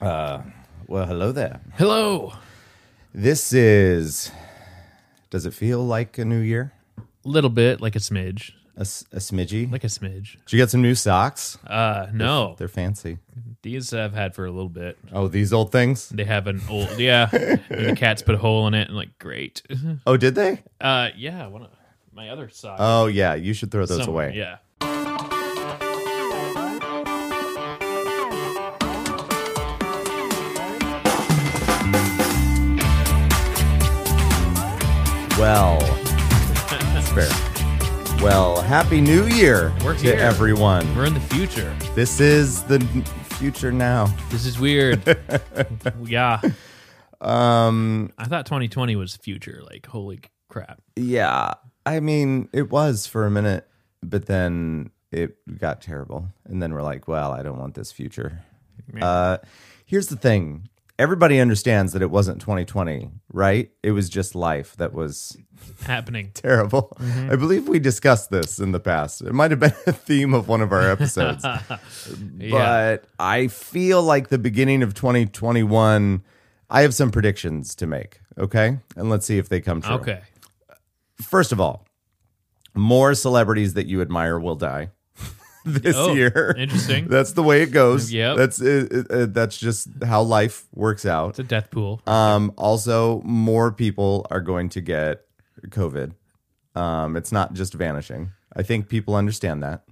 Uh, well, hello there. Hello. This is. Does it feel like a new year? Little bit like a smidge, A, s- a smidgy? like a smidge. Did you get some new socks? Uh, no, They're fancy. these I've had for a little bit. Oh, these old things? They have an old, yeah. and the cat's put a hole in it, and like, great. Oh, did they? Uh, yeah, one of my other socks. Oh, yeah. You should throw those Some- away. Yeah. Well, that's fair. Well, happy new year We're to here. everyone. We're in the future. This is the n- future now. This is weird. yeah. Um, I thought 2020 was future. Like, holy crap. Yeah. I mean, it was for a minute, but then it got terrible. And then we're like, well, I don't want this future. Uh, here's the thing everybody understands that it wasn't 2020, right? It was just life that was Happening. terrible. Mm-hmm. I believe we discussed this in the past. It might have been a theme of one of our episodes. Yeah. but I feel like the beginning of 2021, I have some predictions to make. Okay. And let's see if they come true. okay. First of all, more celebrities that you admire will die this Oh, year. interesting. That's the way it goes. Yep. That's uh, uh, uh, that's just how life works out. It's a death pool. Um, also, more people are going to get COVID. Um, it's not just vanishing. I think people understand that.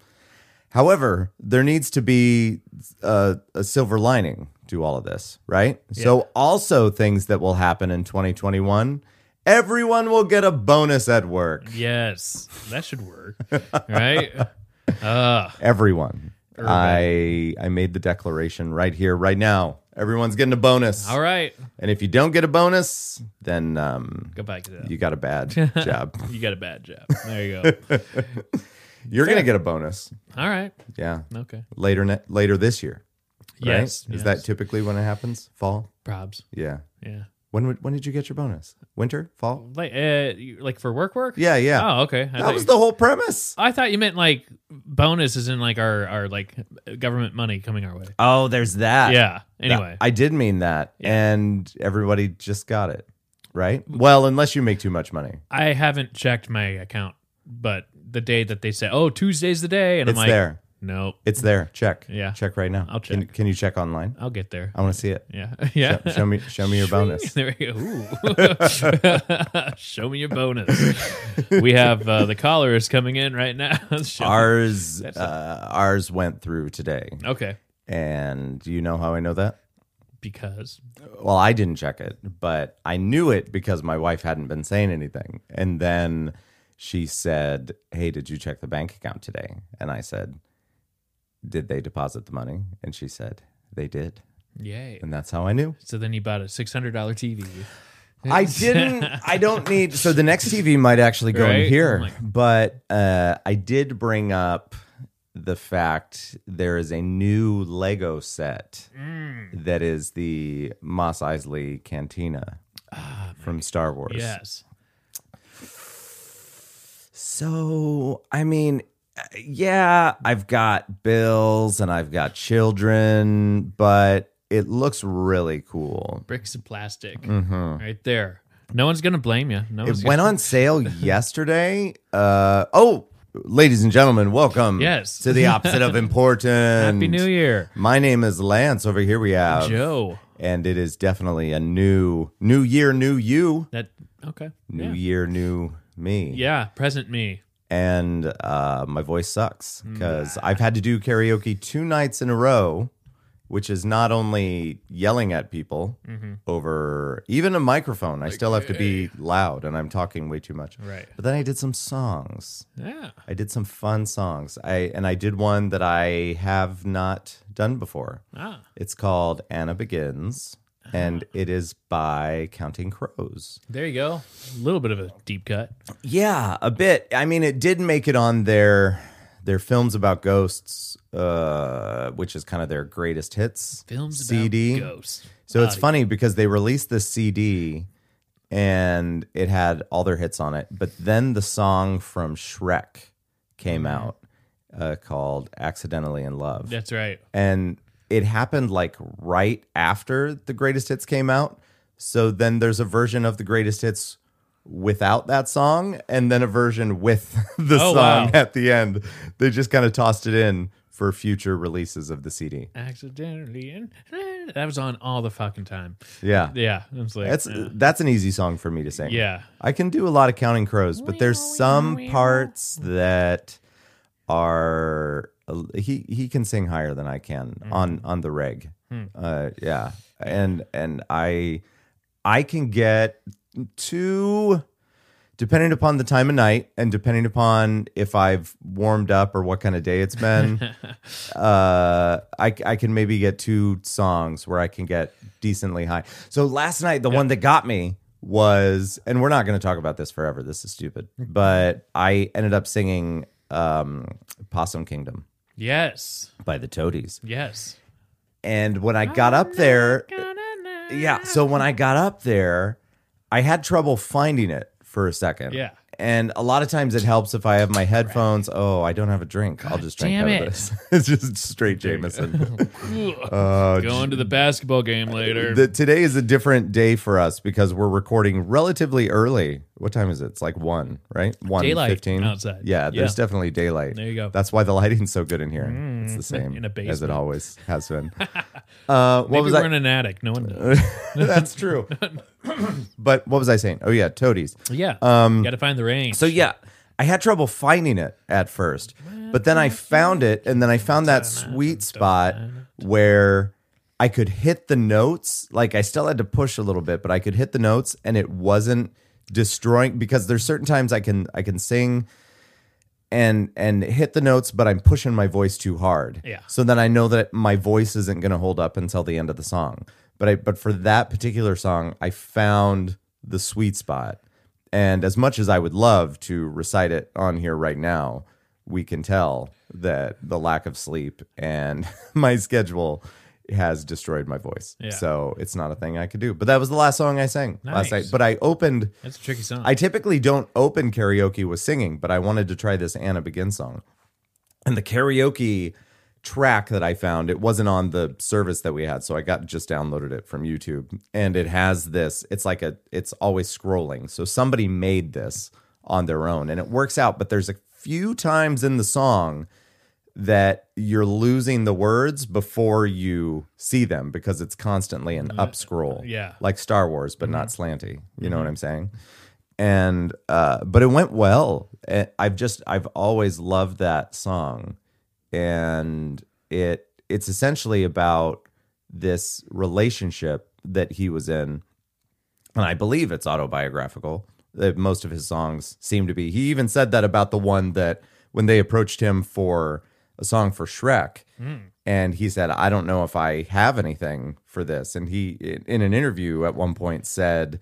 However, there needs to be a, a silver lining to all of this, right? So, also things that will happen in 2021 everyone will get a bonus at work. Yes, that should work, right? Uh, Everyone. I I made the declaration right here, right now. Everyone's getting a bonus. all right, And if you don't get a bonus, then um, go back to that. you got a bad job. You got a bad job. There you go. You're gonna get a bonus. All right. Yeah, Okay. later ne- later this year. Right? Yes. is yes. that typically when it happens? Fall. probs? Yeah. Yeah. When would, when did you get your bonus? Winter, fall. Like, uh, you- like for work, work. Yeah, yeah. Oh, okay. I that thought was you- the whole premise. I thought you meant like bonuses in like our our like government money coming our way. Oh, there's that. Yeah. That- Anyway. I did mean that, and everybody just got it. Right. Well, unless you make too much money, I haven't checked my account, but the day that they say, "Oh, Tuesday's the day," and it's I'm like, there. "Nope, It's there. Check. Yeah. Check right now. I'll Can, check. can you check online? I'll get there." I want to see it. yeah, yeah. Oh. Show, show me. Show me your bonus. There we go. Ooh. Show me your bonus. We have uh, the caller is coming in right now. Show- Ours. Uh, ours went through today. okay, And do you know how I know that? because Well, I didn't check it, but I knew it because my wife hadn't been saying anything. And then she said, Hey, did you check the bank account today? And I said, Did they deposit the money? And she said, They did. yay. And that's how I knew. So then he bought a six hundred dollar TV. I didn't. I don't need. So the next TV might actually go Right? in here, Oh my- but uh, I did bring up the fact there is a new Lego set Mm. that is the Moss Eisley Cantina Ah, from Star Wars. Yes, So I mean, uh, yeah, I've got bills and I've got children, but it looks really cool. bricks and plastic, right there. No one's gonna blame you. No one's Mm-hmm. It went on sale yesterday. Uh, oh, ladies and gentlemen, welcome. Yes. to the opposite of important. Happy New Year, My name is Lance. Over here we have, Joe. and it is definitely a new, new year, new you, That okay? new yeah. year, new me. yeah, present me. And uh, my voice sucks because I've had to do karaoke two nights in a row, which is not only yelling at people over even a microphone. I still have to be loud, and I'm talking way too much. Right. But then I did some songs. Yeah. I did some fun songs. I and I did one that I have not done before. Ah. It's called Anna Begins and it is by Counting Crows. There you go. A little bit of a deep cut. Yeah, a bit. I mean, it did make it on their their films about ghosts, uh, which is kind of their greatest hits Films CD. about ghosts. Uh, So it's funny because they released this CD and it had all their hits on it, but then the song from Mm-hmm. Shrek came out uh, called "Accidentally in Love," That's right. and it happened like right after the greatest hits came out. So then there's a version of the greatest hits without that song and then a version with the Oh, song wow. at the end. They just kind of tossed it in for future releases of the CD. accidentally and that was on all the fucking time. Yeah. Yeah, I was like, That's yeah. that's an easy song for me to sing. yeah. I can do a lot of counting crows, but there's some parts that are he he can sing higher than I can on on the reg. Uh, yeah, and and I I can get to depending upon the time of night and depending upon if I've warmed up or what kind of day it's been. uh, I I can maybe get two songs where I can get decently high. So last night, the one that got me was, and we're not going to talk about this forever. This is stupid, Mm-hmm. but I ended up singing um, "Possum Kingdom" Yes. by the Toadies, Yes. and when I got up there, yeah. So when I got up there, I had trouble finding it for a second. Yeah. And a lot of times it helps if I have my headphones. Oh, I don't have a drink. I'll just drink damn out of it. this. it's just straight Jameson. uh, Going to the basketball game later. the, today is a different day for us because we're recording relatively early. What time is it? It's like one, right? One Daylight 15. outside. Yeah, there's Yeah. definitely daylight. There you go. Mm. That's why the lighting's so good in here. it's the same in as a it basement. always has been. uh, what Maybe was Uh, we're I? in an attic. No one knows. That's true. but what was I saying? Oh yeah, toadies. yeah. Um, Got to find the range. So yeah, I had trouble finding it at first, but then I found it, and then I found that sweet spot where I could hit the notes. Like I still had to push a little bit, but I could hit the notes, and it wasn't destroying because there's certain times I can I can sing and and hit the notes but i'm pushing my voice too hard Yeah. so then i know that my voice isn't going to hold up until the end of the song but i but for that particular song i found the sweet spot and as much as i would love to recite it on here right now we can tell that the lack of sleep and my schedule has destroyed my voice Yeah. so it's not a thing i could do but that was the last song i sang last night Nice. but i opened That's a tricky song. I typically don't open karaoke with singing, but I wanted to try this Anna Begin song. And the karaoke track that I found, it wasn't on the service that we had, so I got just downloaded it from YouTube. And it has this, it's like a it's always scrolling. So somebody made this on their own and it works out, but there's a few times in the song that you're losing the words before you see them because it's constantly an up scroll. yeah. Mm-hmm. Like Star Wars, but not slanty. You know what I'm saying? And uh, but it went well. Eh, I've just I've always loved that song, and it it's essentially about this relationship that he was in and I believe it's autobiographical. That most of his songs seem to be. He even said that about the one that when they approached him for a song for Shrek, and he said, "I don't know if I have anything for this." And he, in an interview at one point, said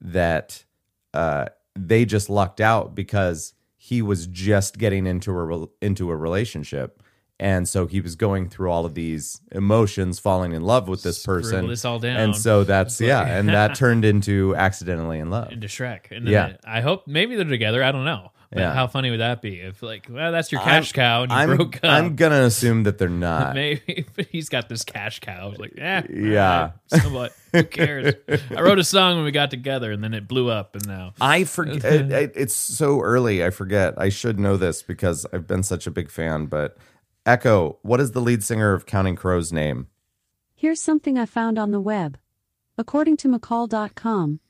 that uh, they just lucked out because he was just getting into a rel- into a relationship. And so he was going through all of these emotions, falling in love with this person. this all down. And so that's yeah, and that turned into accidentally in love. into Shrek. And then Yeah. I hope maybe they're together. I don't know. But Yeah. how funny would that be if like, well, that's your cash cow and you I'm broke up. I'm gonna assume that they're not. maybe but he's got this cash cow. It's like, eh, Yeah. alright, so what? Who cares? I wrote a song when we got together, and then it blew up, and now I forget. it, it- it's so early. I forget. I should know this because I've been such a big fan. But Echo, what is the lead singer of Counting Crows' name? Here's something I found on the web. According to McCall.com,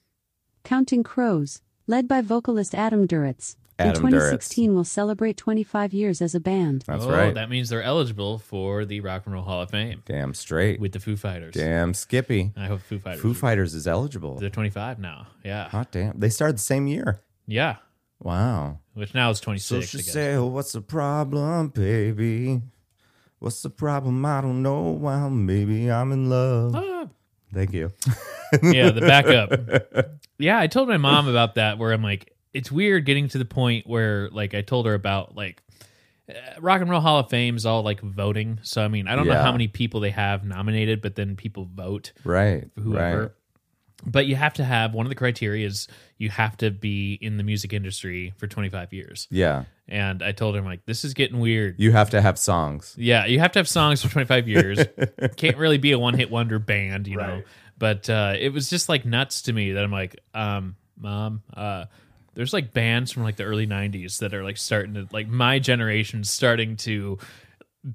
Counting Crows, led by vocalist Adam Duritz, in Adam Duritz. 2016 will celebrate 25 years as a band. That's oh, right. That means they're eligible for the Rock and Roll Hall of Fame Damn straight. with the Foo Fighters. Damn Skippy. I hope Foo Fighters. Foo Fighters is eligible. they're 25 now. Yeah, Hot damn! They started the same year. yeah. Wow. Which now is So 26. she I guess. say, oh, what's the problem, baby? What's the problem? I don't know. Well, maybe I'm in love. Ah. Thank you. yeah, the backup. Yeah, I told my mom about that where I'm like, it's weird getting to the point where like I told her about like uh, Rock and Roll Hall of Fame is all like voting. So I mean, I don't know Yeah. how many people they have nominated, but then people vote Right. for whoever. Right. but you have to have one of the criteria is you have to be in the music industry for 25 years. Yeah. And I told him like this is getting weird. You have to have songs. Yeah, you have to have songs for 25 years. Can't really be a one-hit wonder band, you know. Right. But uh, it was just like nuts to me that I'm like, um, mom, uh, there's like bands from like the early 90s that are like starting to like my generation starting to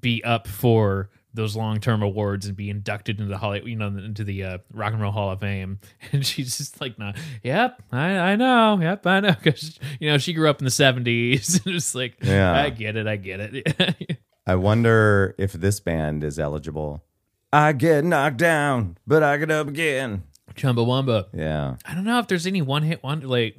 be up for those long-term awards and be inducted into the Hollywood, you know, into the uh, Rock and Roll Hall of Fame. And she's just like, "Not, yep, I, I know, yep, I know," because you know she grew up in the '70s, and it's like, Yeah. I get it, I get it. I wonder if this band is eligible. I get knocked down, but I get up again. Chumbawamba. Yeah, I don't know if there's any one hit wonder. Like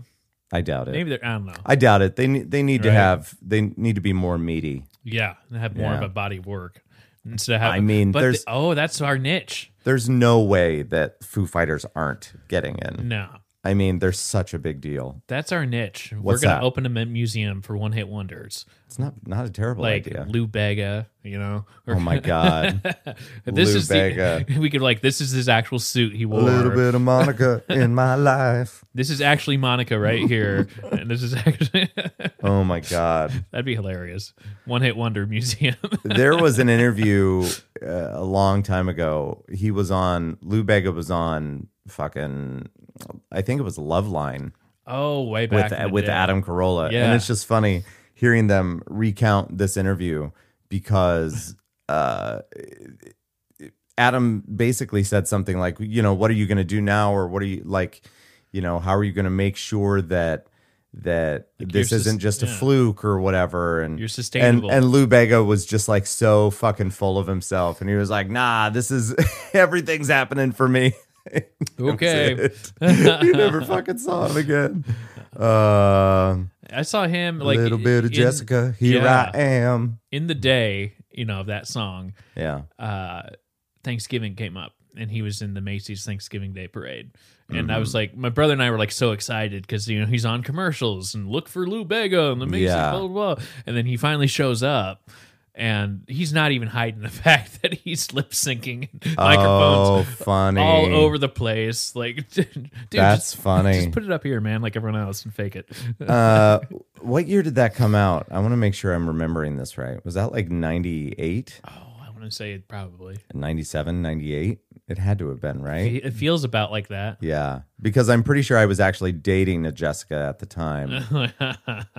I doubt it. maybe there. I don't know. I doubt it. They ne- they need to Right. have they need to be more meaty. Yeah, they have more of Yeah. a body of work instead of having. I mean, but there's- the- oh, that's our niche. There's no way that Foo Fighters aren't getting in. No, I mean, they're such a big deal. that's our niche. What's We're gonna that? open a mu- museum for one hit wonders, It's not not a terrible like idea. Lou Bega. You know. Oh my god, this Lou is Bega. The, we could like this is his actual suit he a wore. little bit of Monica in my life. This is actually Monica right here, and this is actually Oh my god. that'd be hilarious. One hit wonder museum. there was an interview uh, a long time ago. He was on Lou Bega was on fucking I think it was Love Line oh, way back with uh, in the with day. Adam Carolla, and Yeah. it's just funny hearing them recount this interview because uh, Adam basically said something like, you know, what are you going to do now, or what are you like, you know, how are you going to make sure that that this you're sus- isn't just a yeah. fluke or whatever, and You're and- sustainable. And, Lou Bega was just like so fucking full of himself, and he was like, nah, this is everything's happening for me. Okay. you never fucking saw him again. Uh, I saw him a like little bit of in- Jessica. Here yeah. I am. in the day, you know, of that song. Yeah. Uh, Thanksgiving came up, and he was in the Macy's Thanksgiving Day Parade, and I Mm-hmm. was like, my brother and I were like so excited because you know he's on commercials and look for Lou Bega and the Macy's Yeah. blah blah, blah. and then he finally shows up. And he's not even hiding the fact that he's lip syncing microphones Oh, funny. all over the place. Like, dude, That's just, funny. Just put it up here, man, like everyone else, and fake it. uh, what year did that come out? I want to make sure I'm remembering this right. Was that like 98, oh, I want to say it probably. 97, 98? It had to have been, right? It it feels about like that. Yeah. Because I'm pretty sure I was actually dating a Jessica at the time.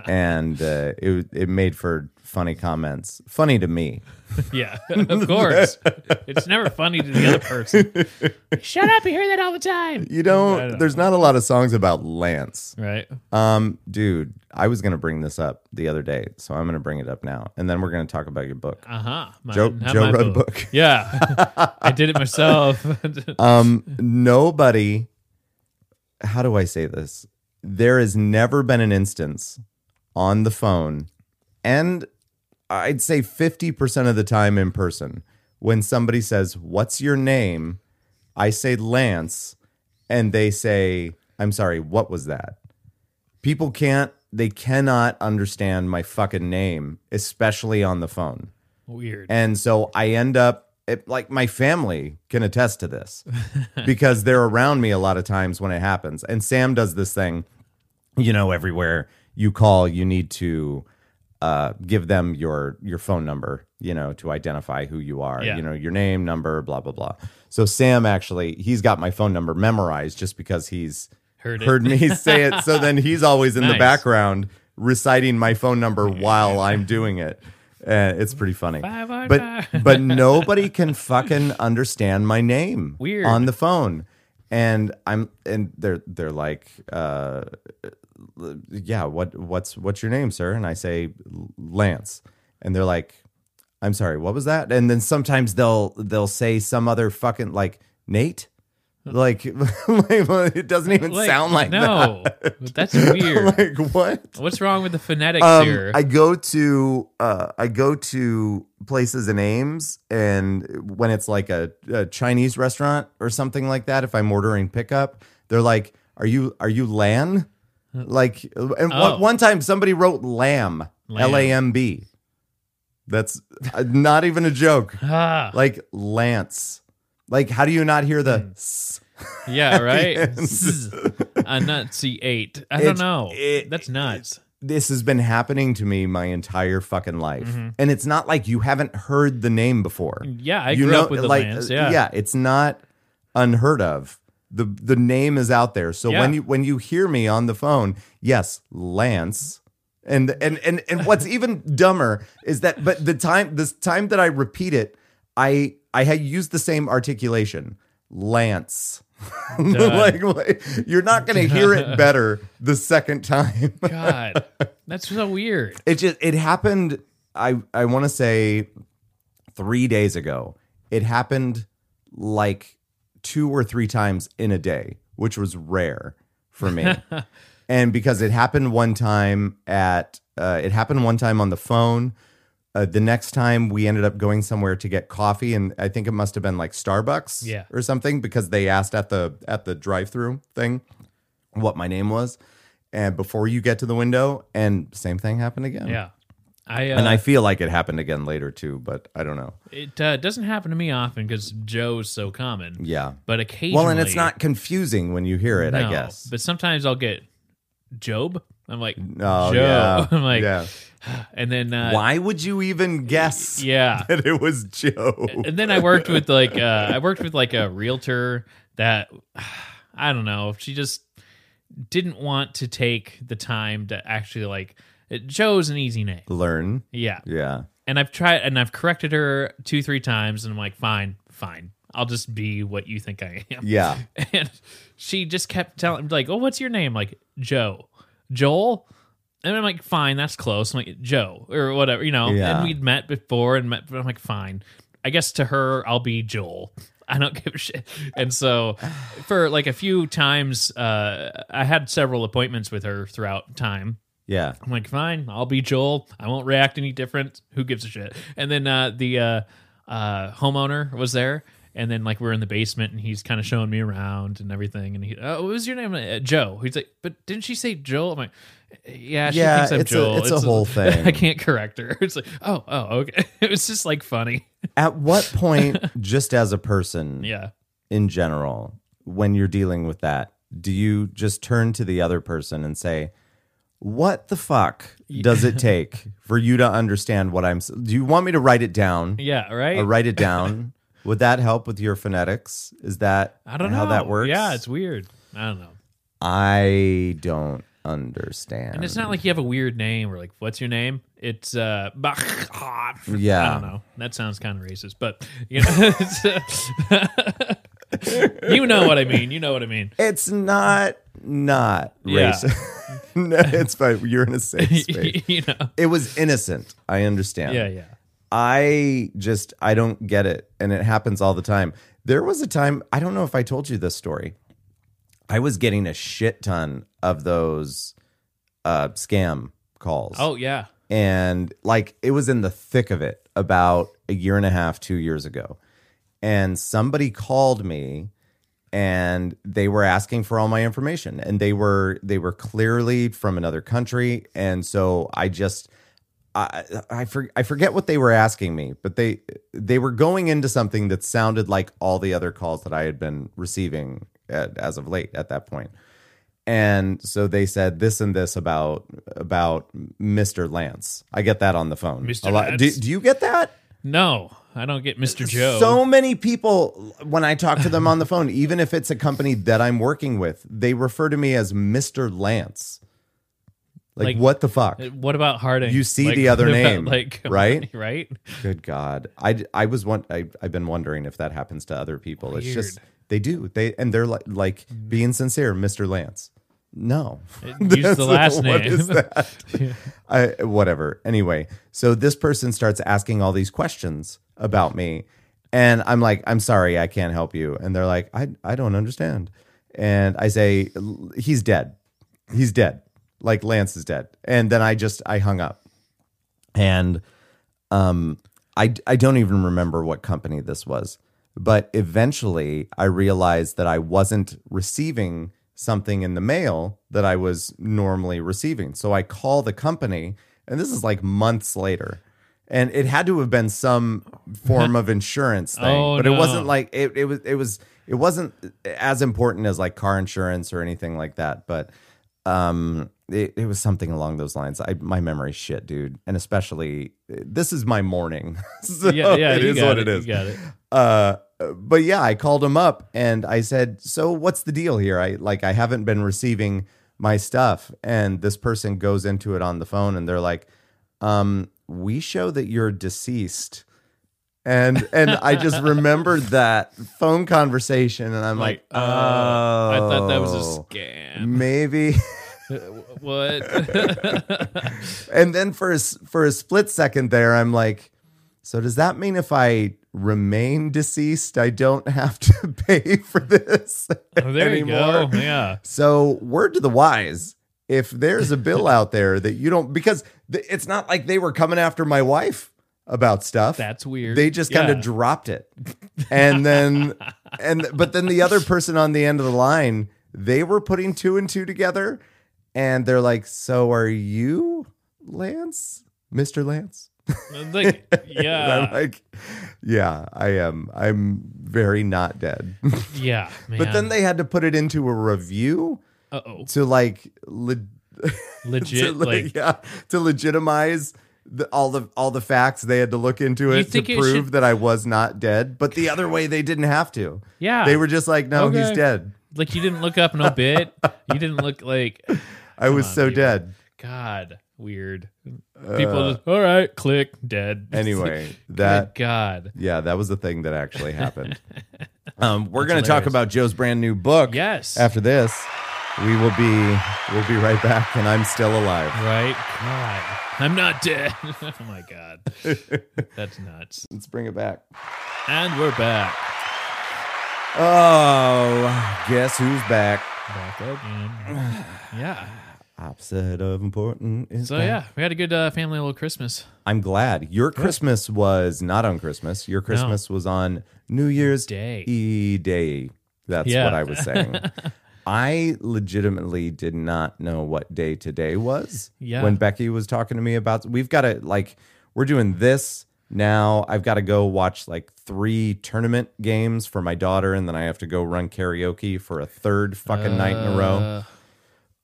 and uh, it, it made for funny comments. Funny to me. yeah, of course. it's never funny to the other person. Shut up! You hear that all the time, You I don't don't, there's not a lot of songs about Lance. right? Um, dude, I was gonna bring this up the other day, so I'm gonna bring it up now, and then we're gonna talk about your book. Uh huh. Joe- Joe Rudd book. Yeah, I did it myself. Um, nobody. How do I say this? There has never been an instance on the phone, and I'd say 50% of the time in person, when somebody says, What's your name? I say Lance, and they say, I'm sorry, what was that? People can't, they cannot understand my fucking name, especially on the phone. Weird. And so I end up it, like my family can attest to this because they're around me a lot of times when it happens. And Sam does this thing, you know, everywhere you call, you need to uh, give them your your phone number, you know, to identify who you are, Yeah. you know, your name, number, blah blah blah. So Sam actually, he's got my phone number memorized just because he's Heard it. heard me say it. So then he's always in the Nice. background reciting my phone number while I'm doing it. Uh, it's pretty funny. Five oh But nine. but nobody can fucking understand my name Weird. on the phone. And I'm and they're they're like uh yeah, what what's what's your name, sir? And I say Lance. And they're like I'm sorry, what was that? And then sometimes they'll they'll say some other fucking like Nate like, it doesn't even Like, sound like no. That's that. weird. like what? What's wrong with the phonetics Um, here? I go to uh, I go to places and Ames, and when it's like a, a Chinese restaurant or something like that, if I'm ordering pickup, they're like, "Are you are you Lan?" Like, and one- Oh. one time somebody wrote Lamb, Lamb. L A M B. That's uh, not even a joke. ah, Hmm. Like Lance. Like, how do you not hear the? s? Yeah, right. end. Zzz. Enunciate. I don't It's- know. it- That's nuts. this has been happening to me my entire fucking life. Mm-hmm. And it's not like you haven't heard the name before. Yeah, I you uh, grew up with the Lance. Yeah. it's not unheard of. The the name is out there. So when Yeah. you when you hear me on the phone, yes, Lance. And and and and what's even dumber is that but the time this time that I repeat it, I I had used the same articulation. Lance. like, like, you're not gonna hear it better the second time. God, that's so weird. It just it happened. I I want to say three days ago. It happened like two or three times in a day, which was rare for me. and because it happened one time at uh, it happened one time on the phone. Uh, the next time we ended up going somewhere to get coffee, and I think it must have been like Starbucks Yeah. or something because they asked at the at the drive-through thing what my name was, and before you get to the window, and same thing happened again. Yeah. I, uh, And I feel like it happened again later too, but I don't know. it uh, doesn't happen to me often because Joe is so common. Yeah. But occasionally. Well, and it's not confusing when you hear it, I No, guess. But sometimes I'll get Job. I'm like, Oh, Joe. yeah. I'm like, Yeah. and then, uh, Why would you even guess yeah. that it was Joe? and then I worked with like uh, I worked with like a realtor that I don't know. She just didn't want to take the time to actually like. It, Joe's an easy name, Learn. yeah. Yeah. And I've tried and I've corrected her two three times, and I'm like, fine, fine. I'll just be what you think I am. Yeah. And she just kept telling, like, oh, what's your name? Like Joe, Joel. And I'm like, fine, that's close. I'm like Joe or whatever, you know. Yeah. And we'd met before, and met, but I'm like, fine. I guess to her, I'll be Joel. I don't give a shit. And so, for like a few times, uh, I had several appointments with her throughout time. Yeah. I'm like, fine, I'll be Joel. I won't react any different. Who gives a shit? And then uh, the uh, uh, homeowner was there, and then like we're in the basement, and he's kind of showing me around and everything. And he, oh, what was your name? Uh, Joe. He's like, but didn't she say Joel? I'm like, yeah, she Yeah, thinks I'm it's a- Joel. it's a whole thing. I can't correct her. It's like, oh, oh, okay. It was just like funny. At what point, just as a person Yeah. in general, when you're dealing with that, do you just turn to the other person and say, what the fuck does it take for you to understand what I'm? s- Do you want me to write it down? Yeah. Right. I write it down. Would that help with your phonetics? Is that I don't know how that works? Yeah, it's weird. I don't know. I don't understand. And it's not like you have a weird name or like, what's your name? It's uh, Bach. Yeah. I don't know. That sounds kind of racist, but you know, it's, uh, you know what I mean. You know what I mean. it's not not Yeah. racist. no, it's fine. You're in a safe space. you know. it was innocent. I understand. Yeah, yeah. I just I don't get it, and it happens all the time. There was a time I don't know if I told you this story. I was getting a shit ton of those uh, scam calls. Oh, yeah. and like it was in the thick of it about a year and a half, two years ago. And somebody called me and they were asking for all my information and they were they were clearly from another country and so I just I I, for, I forget what they were asking me but they they were going into something that sounded like all the other calls that I had been receiving at, as of late at that point and so they said this and this about about Mr. Lance. I get that on the phone. Mr. A lot- Lance? Do, do you get that? No, I don't get Mr. Joe. So many people when I talk to them on the phone, even if it's a company that I'm working with, they refer to me as Mr. Lance. Like, Like- uh, what the fuck? what about Harding? You see the other what about, name, right? Right? Good God. I I was one I I've been wondering if that happens to other people. It's just Weird. Mm. they do. They and they're like like being sincere, Mr. Lance. No. Use That's- the last what name. is that? I, whatever. Anyway, so this person starts asking all these questions about me, and I'm like, I'm sorry, I can't help you. And they're like, I, I don't understand. And I say, "L- he's dead. He's dead. Like Lance is dead. And then I just I hung up, and um, I I don't even remember what company this was. But eventually, I realized that I wasn't receiving something in the mail that I was normally receiving. So I call the company, and this is like months later, and it had to have been some form of insurance thing. Oh, but no. it wasn't like it, it was it was it wasn't as important as like car insurance or anything like that. But um it, it was something along those lines. I my memory shit, dude. And especially this is my morning. so yeah, yeah, it you is got what it, it is You got it. uh but yeah i called him up and i said so what's the deal here i like i haven't been receiving my stuff and this person goes into it on the phone and they're like um we show that you're deceased and and i just remembered that phone conversation and i'm like, oh uh, I thought that was a scam. maybe what? and then for a, s- for a split second there i'm like so does that mean if i remain deceased i don't have to pay for this Oh, there you anymore? go. Yeah. so word to the wise if there's a bill out there that you don't because th- it's not like they were coming after my wife about stuff That's weird. they just kind of Yeah. dropped it and then and but then the other person on the end of the line they were putting two and two together and they're like so are you lance mr lance like And i'm yeah. like yeah i am i'm very not dead Yeah. Man. but then they had to put it into a review uh oh. to like le- to, Legit le- like yeah, to legitimize the, all the all the facts they had to look into it to think it prove should- that I was not dead. But the other way they didn't have to. Yeah. They were just like, no, Okay. he's dead. like you didn't look up no bit. You didn't look like I was on, so people. dead. Uh, God, weird. People just all right, click, dead. Anyway, Good that God. yeah, that was the thing that actually happened. um, we're going to talk hilarious. about Joe's brand new book. Yes. After this, we will be we'll be right back, and I'm still alive. right? God. I'm not dead. oh my God. That's nuts. Let's bring it back. And we're back. Oh, guess who's back? Back again. Yeah. Opposite of important is So back. yeah, we had a good uh, family little Christmas. I'm glad your Christmas was not on Christmas. Your Christmas was on New Year's Day. E day. That's Yeah. what I was saying. I legitimately did not know what day today was. Yeah. When Becky was talking to me about, we've got to like, we're doing this now. I've got to go watch like three tournament games for my daughter, and then I have to go run karaoke for a third fucking night in a row. Uh,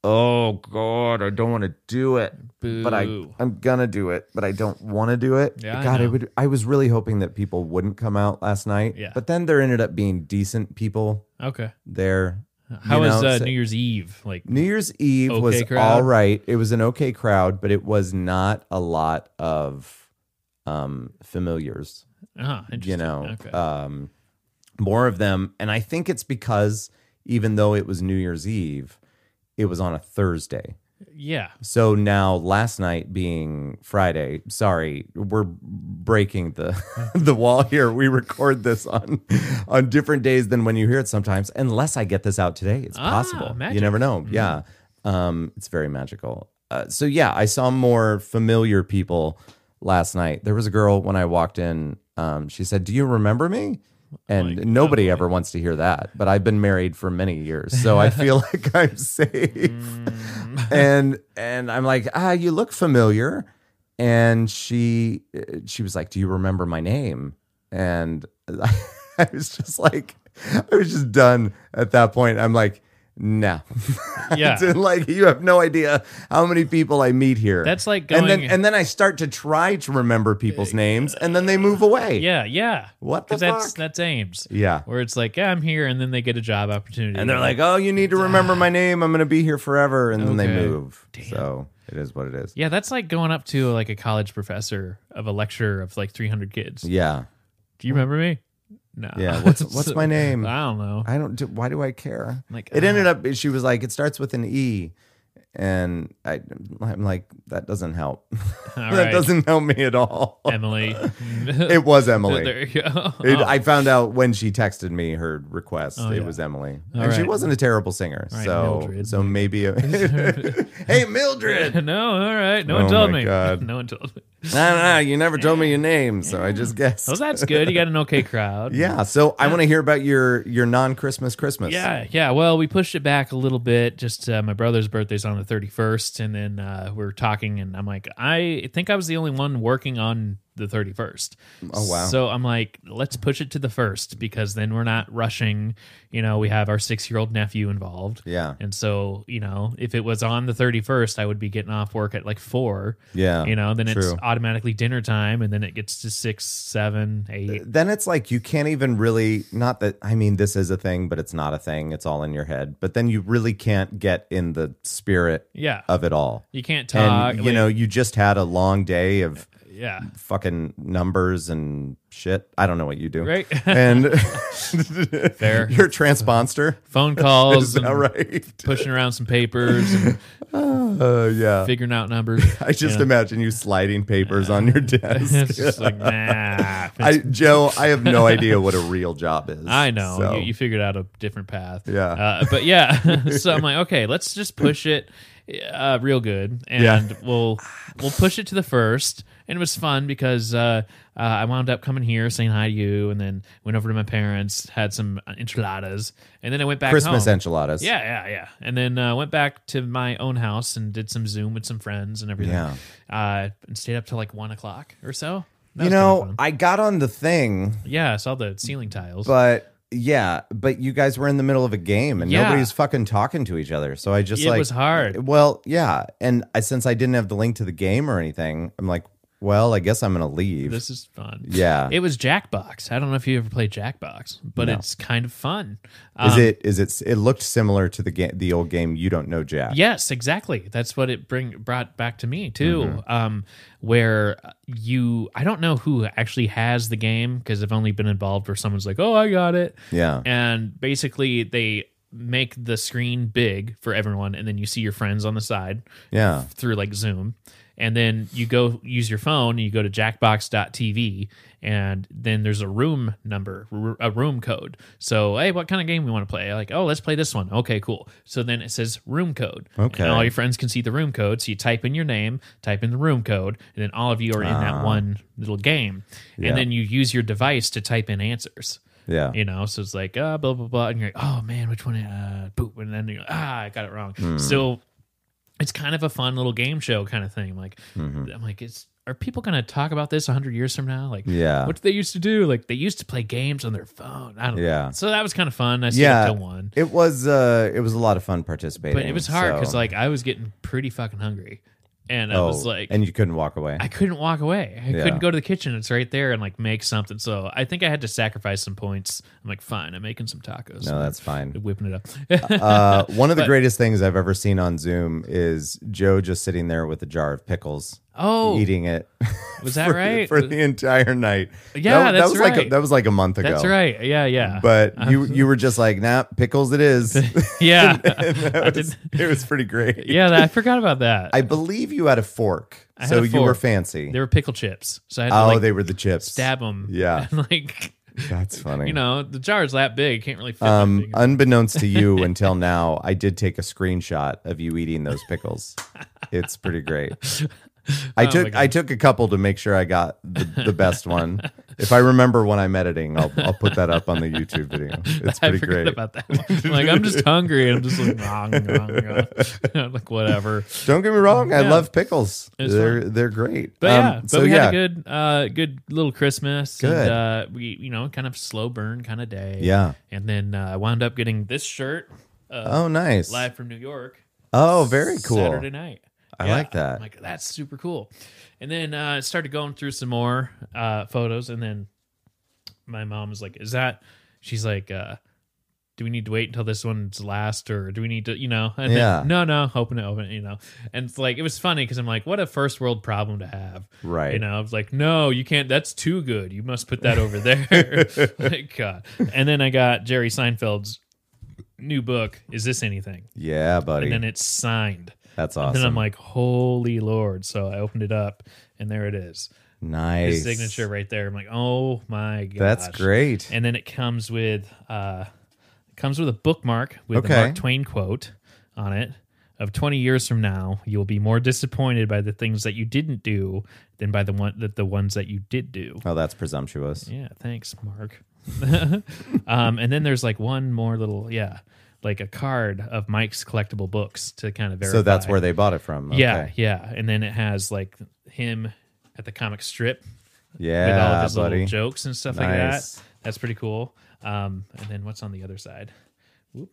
Oh God, I don't want to do it boo. but I I'm gonna do it, but I don't want to do it. Yeah, I God, I, know. would. I was really hoping that people wouldn't come out last night. Yeah. But then there ended up being decent people okay. there. You How was know, uh, so- New Year's Eve? Like New Year's Eve Okay was crowd? all right. It was an okay crowd, but it was not a lot of um familiars. Ah, interesting. You know, Okay. um, more of them, and I think it's because even though it was New Year's Eve, it was on a Thursday. yeah. So now, last night being Friday, sorry, we're breaking the the wall here. We record this on on different days than when you hear it sometimes. Unless I get this out today, it's Ah, possible. magic. You never know. Yeah, um, it's very magical. Uh, so yeah, I saw more familiar people last night. There was a girl when I walked in. Um, she said, "Do you remember me?" And nobody ever wants to hear that. But I've been married for many years, so I feel like I'm safe and and I'm like, ah, you look familiar. And she she was like, do you remember my name? And I, was just like, I was just done at that point. I'm like, no, Yeah. As in, like you have no idea how many people I meet here. That's like and then going- and then I start to try to remember people's names, and then they move away. Yeah. Yeah. What the Because that's fuck? that's Ames. yeah. Where it's like, yeah, I'm here, and then they get a job opportunity, And they're like, oh, you need to remember my name. I'm gonna be here forever. And then Okay. they move. So it is what it is. yeah, that's like going up to like a college professor of a lecture of like 300 kids. Yeah. Do you remember me? No. Yeah, what's- what's my name? I don't know. I don't. do- Why do I care? Like, it uh, ended up. She was like, it starts with an E, and I, I'm like, that doesn't help. All that right. doesn't help me at all. Emily. it was Emily. there you go. It- Oh, I found out when she texted me her request. it yeah. was Emily, All and she right. wasn't a terrible singer. right, so, Mildred. so maybe. hey, Mildred. no, all right. No one Oh told my me. God. No one told me. no, no, you never told me your name, so I just guessed. Well, that's good. You got an okay crowd. yeah. So I want to hear about your your non Christmas Christmas. Yeah, yeah. Well, we pushed it back a little bit. Just uh, my brother's birthday's on the 31st, and then uh, we are talking, and I'm like, I think I was the only one working on the 31st. Oh, wow. So I'm like, let's push it to the first because then we're not rushing. You know, we have our six year old nephew involved. Yeah. And so, you know, if it was on the 31st, I would be getting off work at like four. Yeah, You know, then it's true. automatically dinner time and then it gets to six, seven, eight. then it's like you can't even really not that I mean this is a thing, but it's not a thing. It's all in your head. But then you really can't get in the spirit Yeah. of it all. You can't talk. uh, And you know, you just had a long day of yeah. fucking numbers and shit. I don't know what you do. Right. And Fair. you're a transponster. Phone calls. Is that and right? Pushing around some papers and Uh, yeah. figuring out numbers. I just Yeah. imagine you sliding papers on your desk. it's just like, nah. I, Joe, I have no idea what a real job is. I know So, you, you figured out a different path. Yeah. uh, but yeah. so I'm like, okay, let's just push it uh, real good, and Yeah. we'll we'll push it to the first. And it was fun because uh, uh, I wound up coming here, saying hi to you, and then went over to my parents, had some enchiladas, and then I went back Christmas home. enchiladas. Yeah, yeah, yeah. And then uh, went back to my own house and did some Zoom with some friends and everything. Yeah. Uh, and stayed up till like one o'clock or so. That you was kinda know, fun. I got on the thing, yeah, I saw the ceiling tiles. but yeah, but you guys were in the middle of a game and Yeah. nobody's fucking talking to each other. So I just it like was hard. Well, yeah, and I, since I didn't have the link to the game or anything, I'm like, well, I guess I'm gonna leave. This is fun. Yeah. It was Jackbox. I don't know if you ever played Jackbox, but it's kind of fun. Um, is it? Is it? It looked similar to the game, the old game. You don't know Jack. Yes, exactly. That's what it bring brought back to me too. Mm-hmm. Um, where you, I don't know who actually has the game because I've only been involved where someone's like, "Oh, I got it," Yeah. and basically they make the screen big for everyone, and then you see your friends on the side. Yeah. through like Zoom. And then you go use your phone, you go to jackbox.tv, and then there's a room number, r- a room code. So, hey, what kind of game we want to play? Like, oh, let's play this one. Okay, cool. So then it says room code. Okay. And all your friends can see the room code. So you type in your name, type in the room code, and then all of you are in that one little game. Ah. Yeah. And then you use your device to type in answers. Yeah. You know, so it's like, uh, blah, blah, blah. And you're like, oh man, which one? Uh, boop. And then you're like, ah, I got it wrong. Hmm. So it's kind of a fun little game show kind of thing. I'm like, Mm-hmm. I'm like, it's, are people going to talk about this 100 years from now? Like, Yeah. what did they used to do? Like, they used to play games on their phone. I don't Yeah. know. So that was kind of fun. I stayed yeah. up till one. It was. Uh, it was a lot of fun participating. But it was hard because, so- like, I was getting pretty fucking hungry. And I oh, was like, and you couldn't walk away. I couldn't walk away. I Yeah. couldn't go to the kitchen. It's right there and like make something. So I think I had to sacrifice some points. I'm like, fine, I'm making some tacos. no, that's fine. whipping it up. Uh, one of the greatest things I've ever seen on Zoom is Joe just sitting there with a jar of pickles, oh, eating it. was that for, right? for the entire night? that, Yeah, that that's was Like a, right. that was like a month ago. that's right. Uh-huh. Yeah, yeah. But you you were just like, nah, pickles. It is. yeah, I That was- didn't- it was pretty great. yeah. that- I forgot about that. I believe you had a fork, I had so a you were fork. fancy. they were pickle chips, so I had to oh, like they were the chips. stab them. Yeah. and like That's funny. you know, the jar is that big. Can't really fit. Um, Um, unbeknownst to you until now, I did take a screenshot of you eating those pickles. It's pretty great. Oh I took I took a couple to make sure I got the, the best one. If I remember when I'm editing, I'll I'll put that up on the YouTube video. It's I pretty forgot great. about that. One. I'm like I'm just hungry. and I'm just like, "Nom, nom, nom." like whatever. Don't get me wrong, I Yeah. love pickles. It's They're they're great. But Um, yeah, but so we yeah, had a good, uh, good little Christmas. Good. And, uh, we, you know, kind of slow burn kind of day. Yeah. And then uh, I wound up getting this shirt uh, oh nice. live from New York. Oh, very cool. Saturday night. I like that. I'm like that's super cool. And then uh, I started going through some more uh, photos, and then my mom was like, "Is that?" She's like, uh, "Do we need to wait until this one's last, or do we need to, you know?" And Yeah. then, no, no, open it, open it, you know. And it's like it was funny because I'm like, "What a first world problem to have." Right. You know, I was like, no, you can't. That's too good. You must put that over there. like, God. And then I got Jerry Seinfeld's new book, Is This Anything? Yeah, buddy. And then it's signed. That's And then awesome. I'm like, holy Lord. So I opened it up and there it is. nice. His signature right there. I'm like, oh my God. That's great. And then it comes with uh it comes with a bookmark with Okay. a Mark Twain quote on it of 20 years from now you'll be more disappointed by the things that you didn't do than by the one that the ones that you did do. oh, that's presumptuous. Yeah, thanks, Mark. um, and then there's like one more little, yeah, like a card of Mike's collectible books to kind of verify. So that's where they bought it from. Okay. Yeah, yeah. And then it has like him at the comic strip Yeah, with all of his buddy. little jokes and stuff like Nice. that. That's pretty cool. Um, and then what's on the other side? Whoop.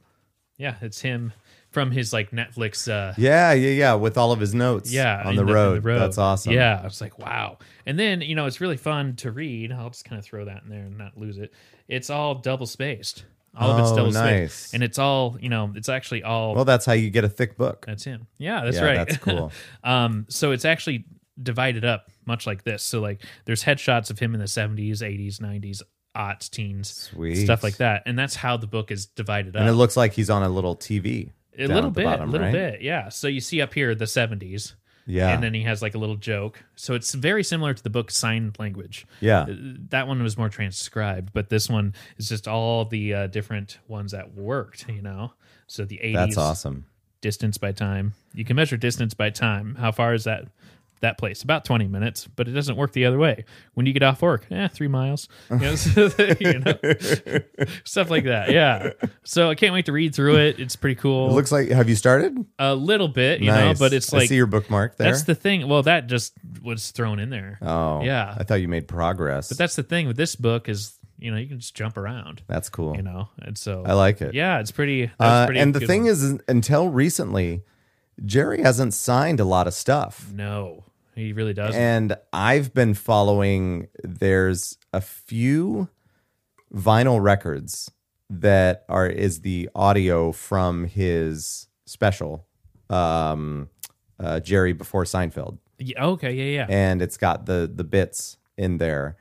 Yeah, it's him from his like Netflix. Uh, Yeah, yeah, yeah. With all of his notes. yeah, on in the, in road. That's awesome. Yeah, I was like, wow. And then you know, it's really fun to read. I'll just kind of throw that in there and not lose it. It's all double spaced. All of it's Oh, double spaced, nice. and it's all you know. It's actually all Well, that's how you get a thick book. that's him. Yeah, that's Yeah, right. that's cool. um, so it's actually divided up much like this. So like there's headshots of him in the 70s, 80s, 90s, aughts, teens, Sweet. stuff like that. And that's how the book is divided up. And it looks like he's on a little TV. a down little at the bit, a bottom, little right? bit. Yeah. So you see up here the 70s Yeah. and then he has like a little joke. So it's very similar to the book Sign Language. yeah. Uh, That one was more transcribed, but this one is just all the uh, different ones that worked, you know. So the 80s That's awesome. distance by time. You can measure distance by time. How far is that that place? About twenty minutes, but it doesn't work the other way. When you get off work, eh, three miles. You know, so, you know, stuff like that. Yeah. So I can't wait to read through it. It's pretty It cool. looks like have you started? a little bit, you nice. know, but it's I like see your bookmark there. that's the thing. Well, that just was thrown in there. oh. Yeah. I thought you made progress. But that's the thing with this book is you know you can just jump around, that's cool. you know, and so I like it. Yeah, it's pretty. That's Uh, pretty and the good thing one. is until recently, Jerry hasn't signed a lot of stuff. no, he really does. not And I've been following, there's a few vinyl records that are is the audio from his special um uh Jerry before Seinfeld yeah, okay, yeah, yeah. and it's got the the bits in there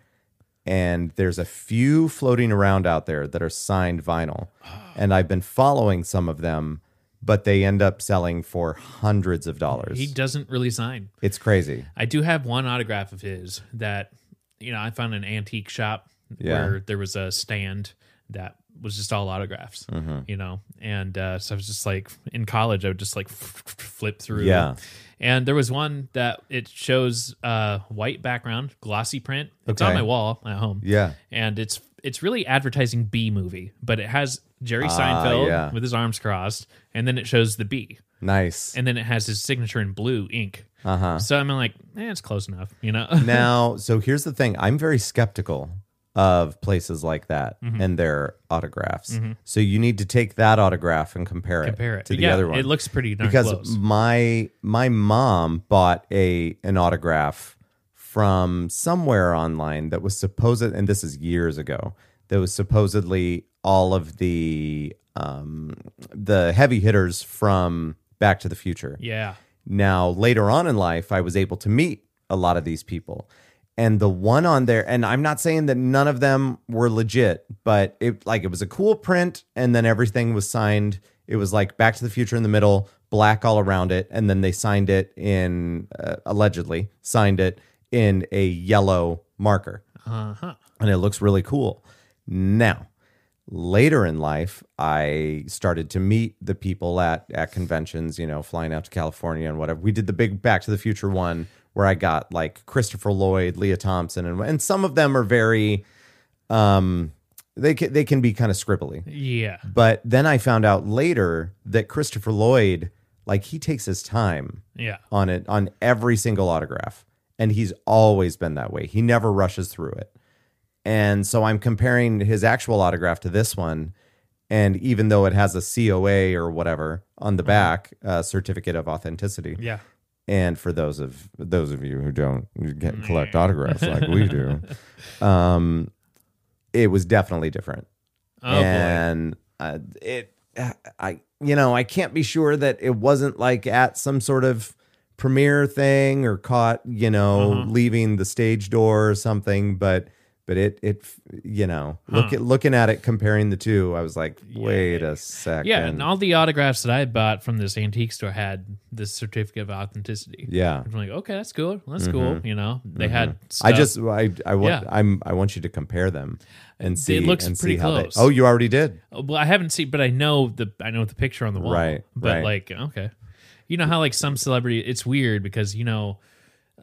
and there's a few floating around out there that are signed vinyl and I've been following some of them but they end up selling for hundreds of dollars He doesn't really sign. it's crazy I do have one autograph of his that you know I found in an antique shop Yeah. where there was a stand that was just all autographs, Mm-hmm. you know. And uh, so I was just like in college, I would just like flip through. Yeah. And there was one that it shows uh, white background, glossy print. It's on Okay. my wall at home. yeah and it's it's really advertising B movie, but it has Jerry Ah, Seinfeld yeah. with his arms crossed, and then it shows the B, nice and then it has his signature in blue ink. uh-huh So I'm like, eh, it's close enough, you know. now, so here's the thing. I'm very skeptical of places like that Mm-hmm. and their autographs. So you need to take that autograph and compare, Compare it to the Yeah, other one. It looks pretty darn because close. my my mom bought a an autograph from somewhere online that was supposed and this is years ago that was supposedly all of the um the heavy hitters from Back to the Future. yeah, Now, later on in life, I was able to meet a lot of these people. And the one on there, and I'm not saying that none of them were legit, but it like it was a cool print, and then everything was signed. It was like Back to the Future in the middle, black all around it, and then they signed it in uh, allegedly signed it in a yellow marker uh huh. and it looks really cool. Now, later in life, I started to meet the people at at conventions, you know, flying out to California and whatever. We did the big Back to the Future one where I got like Christopher Lloyd, Leah Thompson, and and some of them are very um they can, they can be kind of scribbly. Yeah, But then I found out later that Christopher Lloyd like he takes his time yeah, on it on every single autograph and he's always been that way he never rushes through it and so i'm comparing his actual autograph to this one and even though it has a coa or whatever on the back uh, certificate of authenticity yeah. and for those of those of you who don't get, collect autographs like we do um, it was definitely different Oh boy. and uh, it i you know i can't be sure that it wasn't like at some sort of premiere thing or caught you know Uh-huh. leaving the stage door or something but but it it you know look Huh. at looking at it comparing the two i was like Yeah. wait a second Yeah, and all the autographs that I bought from this antique store had this certificate of authenticity. yeah Mm-hmm. I'm like, okay, that's cool. That's cool. You know, they had. Stuff. I just I I want Yeah. I'm I want you to compare them and see looks and see pretty how they- close. oh, you already did. Well, I haven't seen, but I know the I know the picture on the wall. Right, But right. like, okay, you know how like some celebrity, it's weird because you know,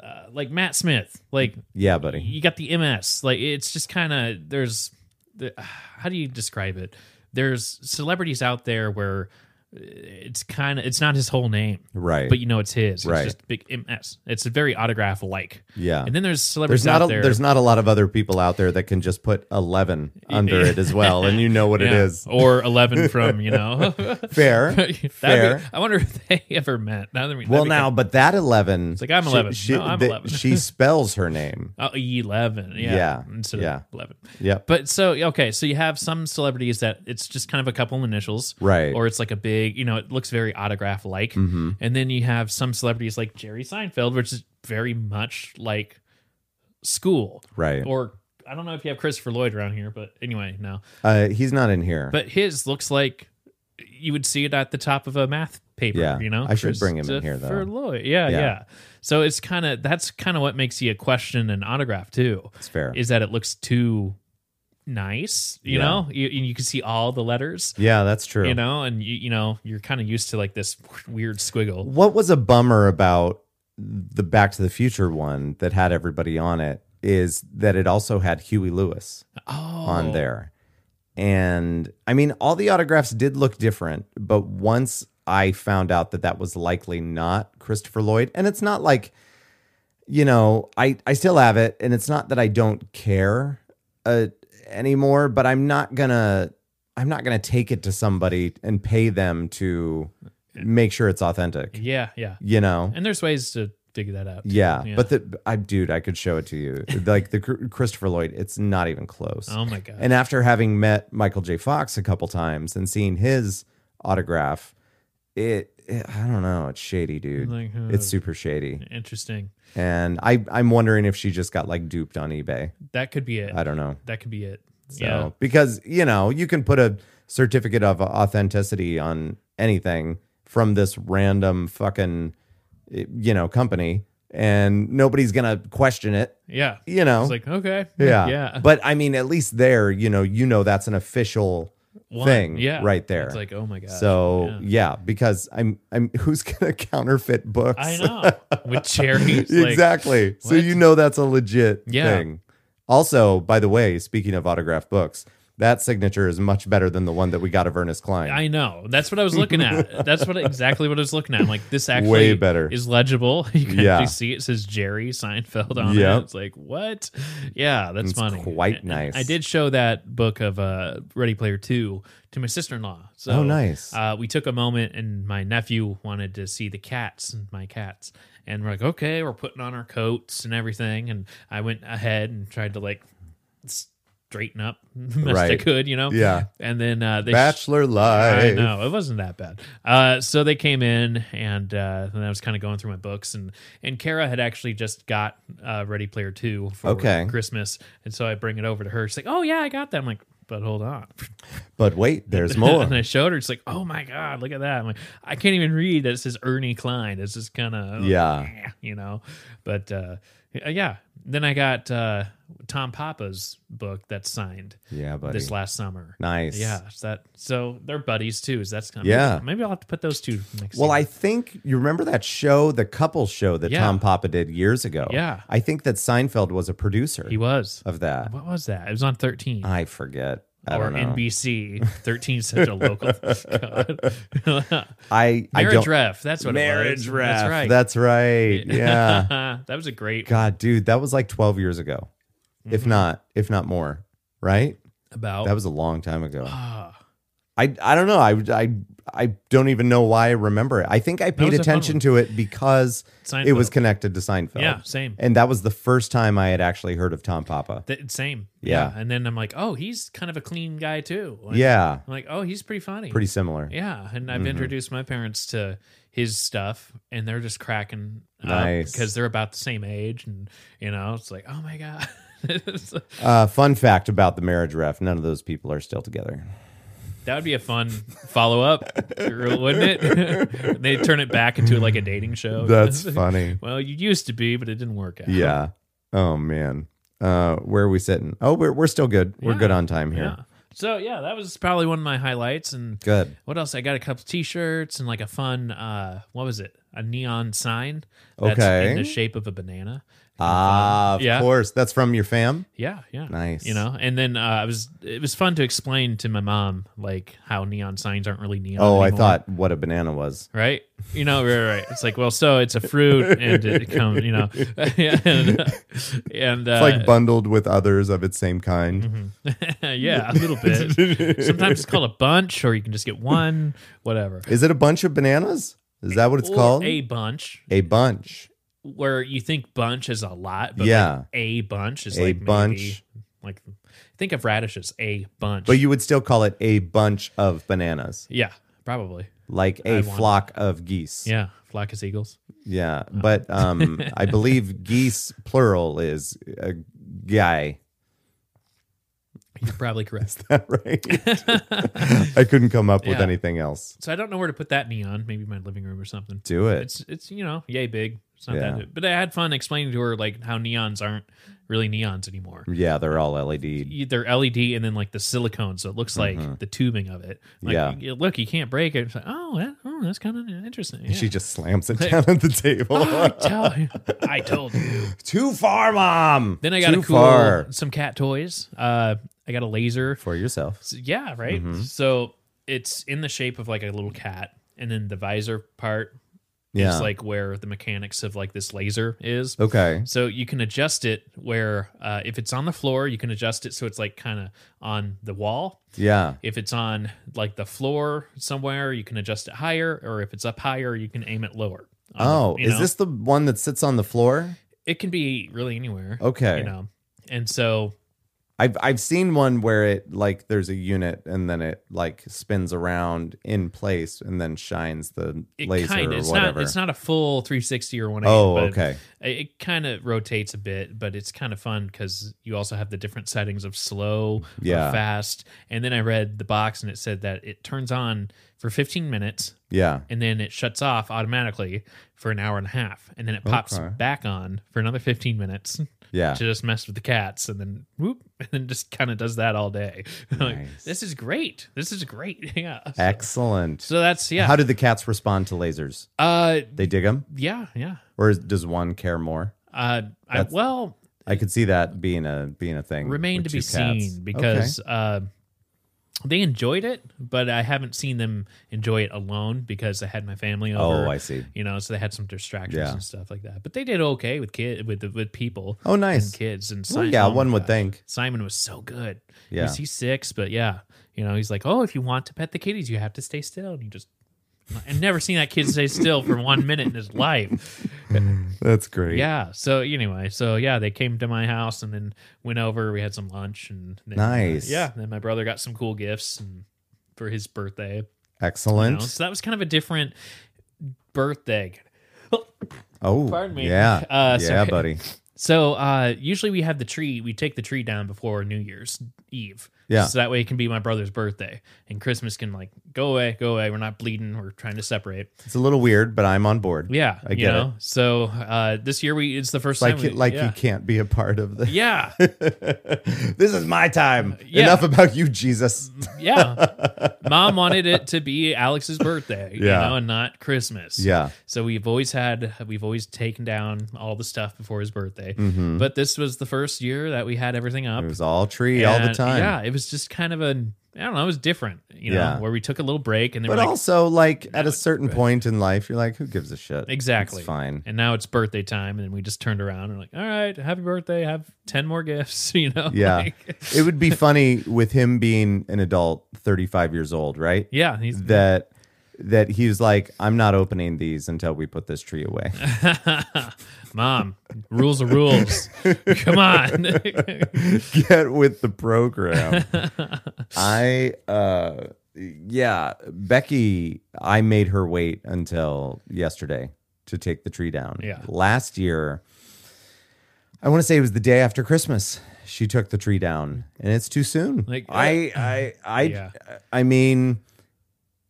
uh, like Matt Smith, like Yeah, buddy. you got the MS, like it's just kind of there's, the, how do you describe it? There's celebrities out there where uh, it's kind of it's not his whole name, Right. but you know it's his. Right. It's just big MS. It's a very autograph like. Yeah. And then there's celebrities there's not out a, there. there's not a lot of other people out there that can just put 11 under it as well and you know what it Yeah. is. or eleven from you know. Fair. That'd be- Fair. I wonder if they ever met. Now that we- well now, that'd be but that 11 It's like, I'm 11. No, I'm 11. she spells her name. Oh, 11. Yeah. Yeah, Instead yeah. of 11. Yep. But so, okay. So you have some celebrities that it's just kind of a couple initials. Right. Mm. Mm-hmm. Or it's like a big, you know, it looks very autograph like. And then you have some celebrities like Jerry Seinfeld, which is very much like school. Right. Or I don't know if you have Christopher Lloyd around here, but anyway, no. Uh, he's not in here. But his looks like you would see it at the top of a math paper. Yeah. you know, I should bring him in here, though. Christopher Lloyd. Yeah, Yeah. yeah, So it's kind of that's kind of what makes you question an autograph too. it's fair. Is that it looks too nice? You Yeah. know, you you can see all the letters. yeah, that's true. You know, and you you know you're kind of used to like this weird squiggle. What was a bummer about the Back to the Future one that had everybody on it is that it also had Huey Lewis Oh, on there. And I mean, all the autographs did look different, but once I found out that that was likely not Christopher Lloyd, and it's not like, you know, I, I still have it, and it's not that I don't care uh, anymore, but I'm not gonna. I'm not going to take it to somebody and pay them to make sure it's authentic, Yeah, yeah. you know? And there's ways to figure that out. Yeah, Yeah. but the I dude, I could show it to you. Like the Cr- Christopher Lloyd, it's not even close. Oh my god. And after having met Michael J. Fox a couple times and seen his autograph, it, it- I don't know, it's shady, dude. Like, uh, huh. it's super shady. Interesting. And I I'm wondering if she just got like duped on eBay. That could be it. I don't know. that could be it. So yeah. because you know you can put a certificate of authenticity on anything from this random fucking eh, you know company, and nobody's gonna question it. Yeah. You know, It's like, okay. yeah. Yeah. But I mean, at least there, you know, you know that's an official One, thing yeah. right there. It's like, oh my god. so yeah. because I'm I'm who's gonna counterfeit books? I know. With cherries. like, exactly. so what? you know that's a legit Yeah. thing. Also, by the way, speaking of autographed books, that signature is much better than the one that we got of Ernest Klein. I know. That's what I was looking at. That's what exactly what I was looking at. I'm like, this actually Way better. is legible. You can Yeah. actually see it says Jerry Seinfeld on Yep. it. It's like, what? Yeah, that's It's funny. quite And nice. I did show that book of uh Ready Player Two to my sister in law. So Oh, nice. Uh, we took a moment and my nephew wanted to see the cats and my cats. And we're like, okay, we're putting on our coats and everything. And I went ahead and tried to like straighten up the best I Right. could, you know? Yeah. And then uh, they Bachelor life. I know it wasn't that bad. Uh, so they came in, and uh, then I was kind of going through my books, and and Kara had actually just got uh, Ready Player Two for Okay. Christmas, and so I bring it over to her. She's like, "Oh yeah, I got that." I'm like, "But hold on." But wait, there's more. and I showed her. She's like, "Oh my god, look at that!" I'm like, "I can't even read that." It says Ernie Klein. It's just kind of Yeah. you know. But uh, yeah, then I got uh, Tom Papa's book that's signed yeah, buddy. this last summer. nice. Yeah, is that so they're buddies too. Is that's kind Yeah. Maybe I'll have to put those two next. Well, I year. think you remember that show, the couple show that Yeah. Tom Papa did years ago. Yeah. I think that Seinfeld was a producer he was. of that. What was that? It was on thirteen Uh, I forget. I or don't know. NBC. Thirteen is such a local. God. I I Marriage don't. ref. That's what it was. Marriage ref. That's right. That's right. Yeah. that was a great God, dude, that was like 12 years ago, if Mm-hmm. not, if not more, right? about. That was a long time ago. Ah, I I don't know. I I I don't even know why I remember it. I think I paid was a fun attention to it because it was Seinfeld. connected to Seinfeld. Yeah, same. And that was the first time I had actually heard of Tom Papa. Th- same. Yeah. And then I'm like, oh, he's kind of a clean guy too. Like, yeah, I'm like, oh, he's pretty funny. pretty Mm-hmm. similar. Yeah, and I've introduced my parents to his stuff, and they're just cracking Nice. because they're about the same age, and you know, it's like, oh my god, It's like- Uh, fun fact about the marriage ref: none of those people are still together. that would be a fun follow up, wouldn't it? they turn it back into like a dating show. That's funny. well, you used to be, but it didn't work out. Yeah. Oh man. Uh, where are we sitting? Oh, we're we're still good. We're Yeah. good on time here. yeah. So yeah, that was probably one of my highlights, and Good. what else? I got a couple T-shirts and like a fun, uh, what was it? A neon sign that's Okay. in the shape of a banana. Ah, of Yeah. course. That's from your fam. Yeah, yeah. Nice. You know, and then uh, I was it was fun to explain to my mom like how neon signs aren't really neon. Oh, I anymore, thought what a banana was. right. You know, right, right. It's like well, so it's a fruit, and it comes, you know, and, uh, and uh, Mm-hmm. It's like bundled with others of its same kind. uh, yeah, a little bit. Sometimes it's called a bunch, or you can just get one, whatever. Is it a bunch of bananas? Is that what it's or called? a bunch, A bunch. where you think bunch is a lot, but Yeah. like, a bunch is A like bunch. maybe, like think of radishes, a bunch, But you would still call it a bunch of bananas, yeah, probably, like a I want- flock of geese. yeah, flock is eagles. Yeah, but um, I believe geese plural is a guy. You're probably correct. right? I couldn't come up with Yeah. anything else. So I don't know where to put that neon. Maybe my living room or something. Do it. It's it's you know yay big. It's not Yeah. that. But I had fun explaining to her like how neons aren't really neons anymore. yeah, they're all E LED. They're LED and then like the silicone, so it looks like the tubing of it. Like, Mm-hmm. Yeah. you- look, you can't break it. It's like, oh, that, oh, that's kind of interesting. Yeah. She just slams it down at the table. Oh, I, tell you, I told you. Too far, mom. Then I got Too a cool far some cat toys. Uh, I got a laser. for yourself. So- yeah, right. Mm-hmm. So it's in the shape of like a little cat, and then the visor part Yeah. is like where the mechanics of like this laser is. okay. So you can adjust it where uh, if it's on the floor, you can adjust it so it's like kind of on the wall. Yeah. If it's on like the floor somewhere, you can adjust it higher, or if it's up higher, you can aim it lower. Um, Oh, you is know? this the one that sits on the floor? It can be really anywhere. Okay. you know, and so I've I've seen one where it like there's a unit and then it like spins around in place and then shines the it laser kind or of it's whatever. not it's not a full 360 or 180. oh, but okay. it, it kind of rotates a bit, but it's kind of fun because you also have the different settings of slow, or Yeah. fast, and then I read the box and it said that it turns on for 15 minutes Yeah. and then it shuts off automatically for an hour and a half, and then it pops Okay. back on for another 15 minutes Yeah. to just mess with the cats, and then whoop, and then just kind of does that all day. Like, Nice. Eh. this is great. This is great. yeah. Excellent. So that's yeah. How do the cats respond to lasers? uh, They dig them, yeah, yeah. or is, does one care more? Uh, I, That's- well, I could see that being a being a thing. remain with to be two cats. seen because uh, they enjoyed it, but I haven't seen them enjoy it alone because I had my family Okay. over. oh, I see. You know, so they had some distractions Yeah. and stuff like that. But they did okay with kid with with people. Oh, nice. and kids and Well, Simon. yeah, oh my one would gosh. think. Simon was so good. Yeah. he's, he's six, but yeah, you know, he's like, oh, if you want to pet the kitties, you have to stay still, and you just. I've never seen that kid stay still for one minute in his life. That's great. Yeah. So anyway, so yeah, they came to my house and then went over. We had some lunch and then, uh, Nice. yeah. Then my brother got some cool gifts and for his birthday. you Excellent. know. So that was kind of a different birthday. oh, Pardon me. Yeah. Uh, yeah, sorry. buddy. So uh, usually we have the tree. We take the tree down before New Year's Eve. Yeah. So that way it can be my brother's birthday and Christmas can like go away, go away. We're not bleeding. We're trying to separate. It's a little weird, but I'm on board. Yeah. I you get know? So uh, this year we it's the first It's like time. we- like yeah. you can't be a part of the. Yeah. this is my time. yeah. Enough about you, Jesus. Yeah. Mom wanted it to be Alex's birthday, you Yeah. know, and not Christmas. Yeah. So we've always had we've always taken down all the stuff before his birthday. But this was the first year that we had everything up. Mm-hmm. It was all tree all the And, time. Yeah, it was just kind of a I don't know, it was different, you know, Yeah. where we took a little break and then But we're like, also, like at a certain point in life, you're like, who gives a shit? Exactly. It's fine. And now it's birthday time, and then we just turned around and like, all right, happy birthday, have ten more gifts, you know? Yeah. like- it would be funny with him being an adult, 35 years old, right? yeah. He's That that he was like, I'm not opening these until we put this tree away. Mom, rules are rules. Come on. Get with the program. I uh yeah, Becky, I made her wait until yesterday to take the tree down. Yeah. Last year I want to say it was the day after Christmas. She took the tree down, and it's too soon. Like, I, I, I, Yeah. I mean,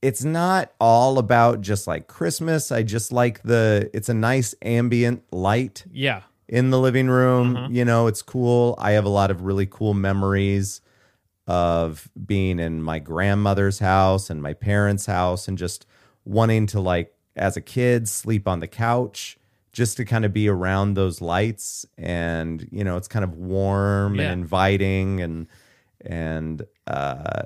it's not all about just like Christmas. I just like the. It's a nice ambient light yeah. in the living room. Mhm. You know, it's cool. I have a lot of really cool memories of being in my grandmother's house and my parents' house and just wanting to like as a kid sleep on the couch, just to kind of be around those lights and you know it's kind of warm Yeah. and inviting and and uh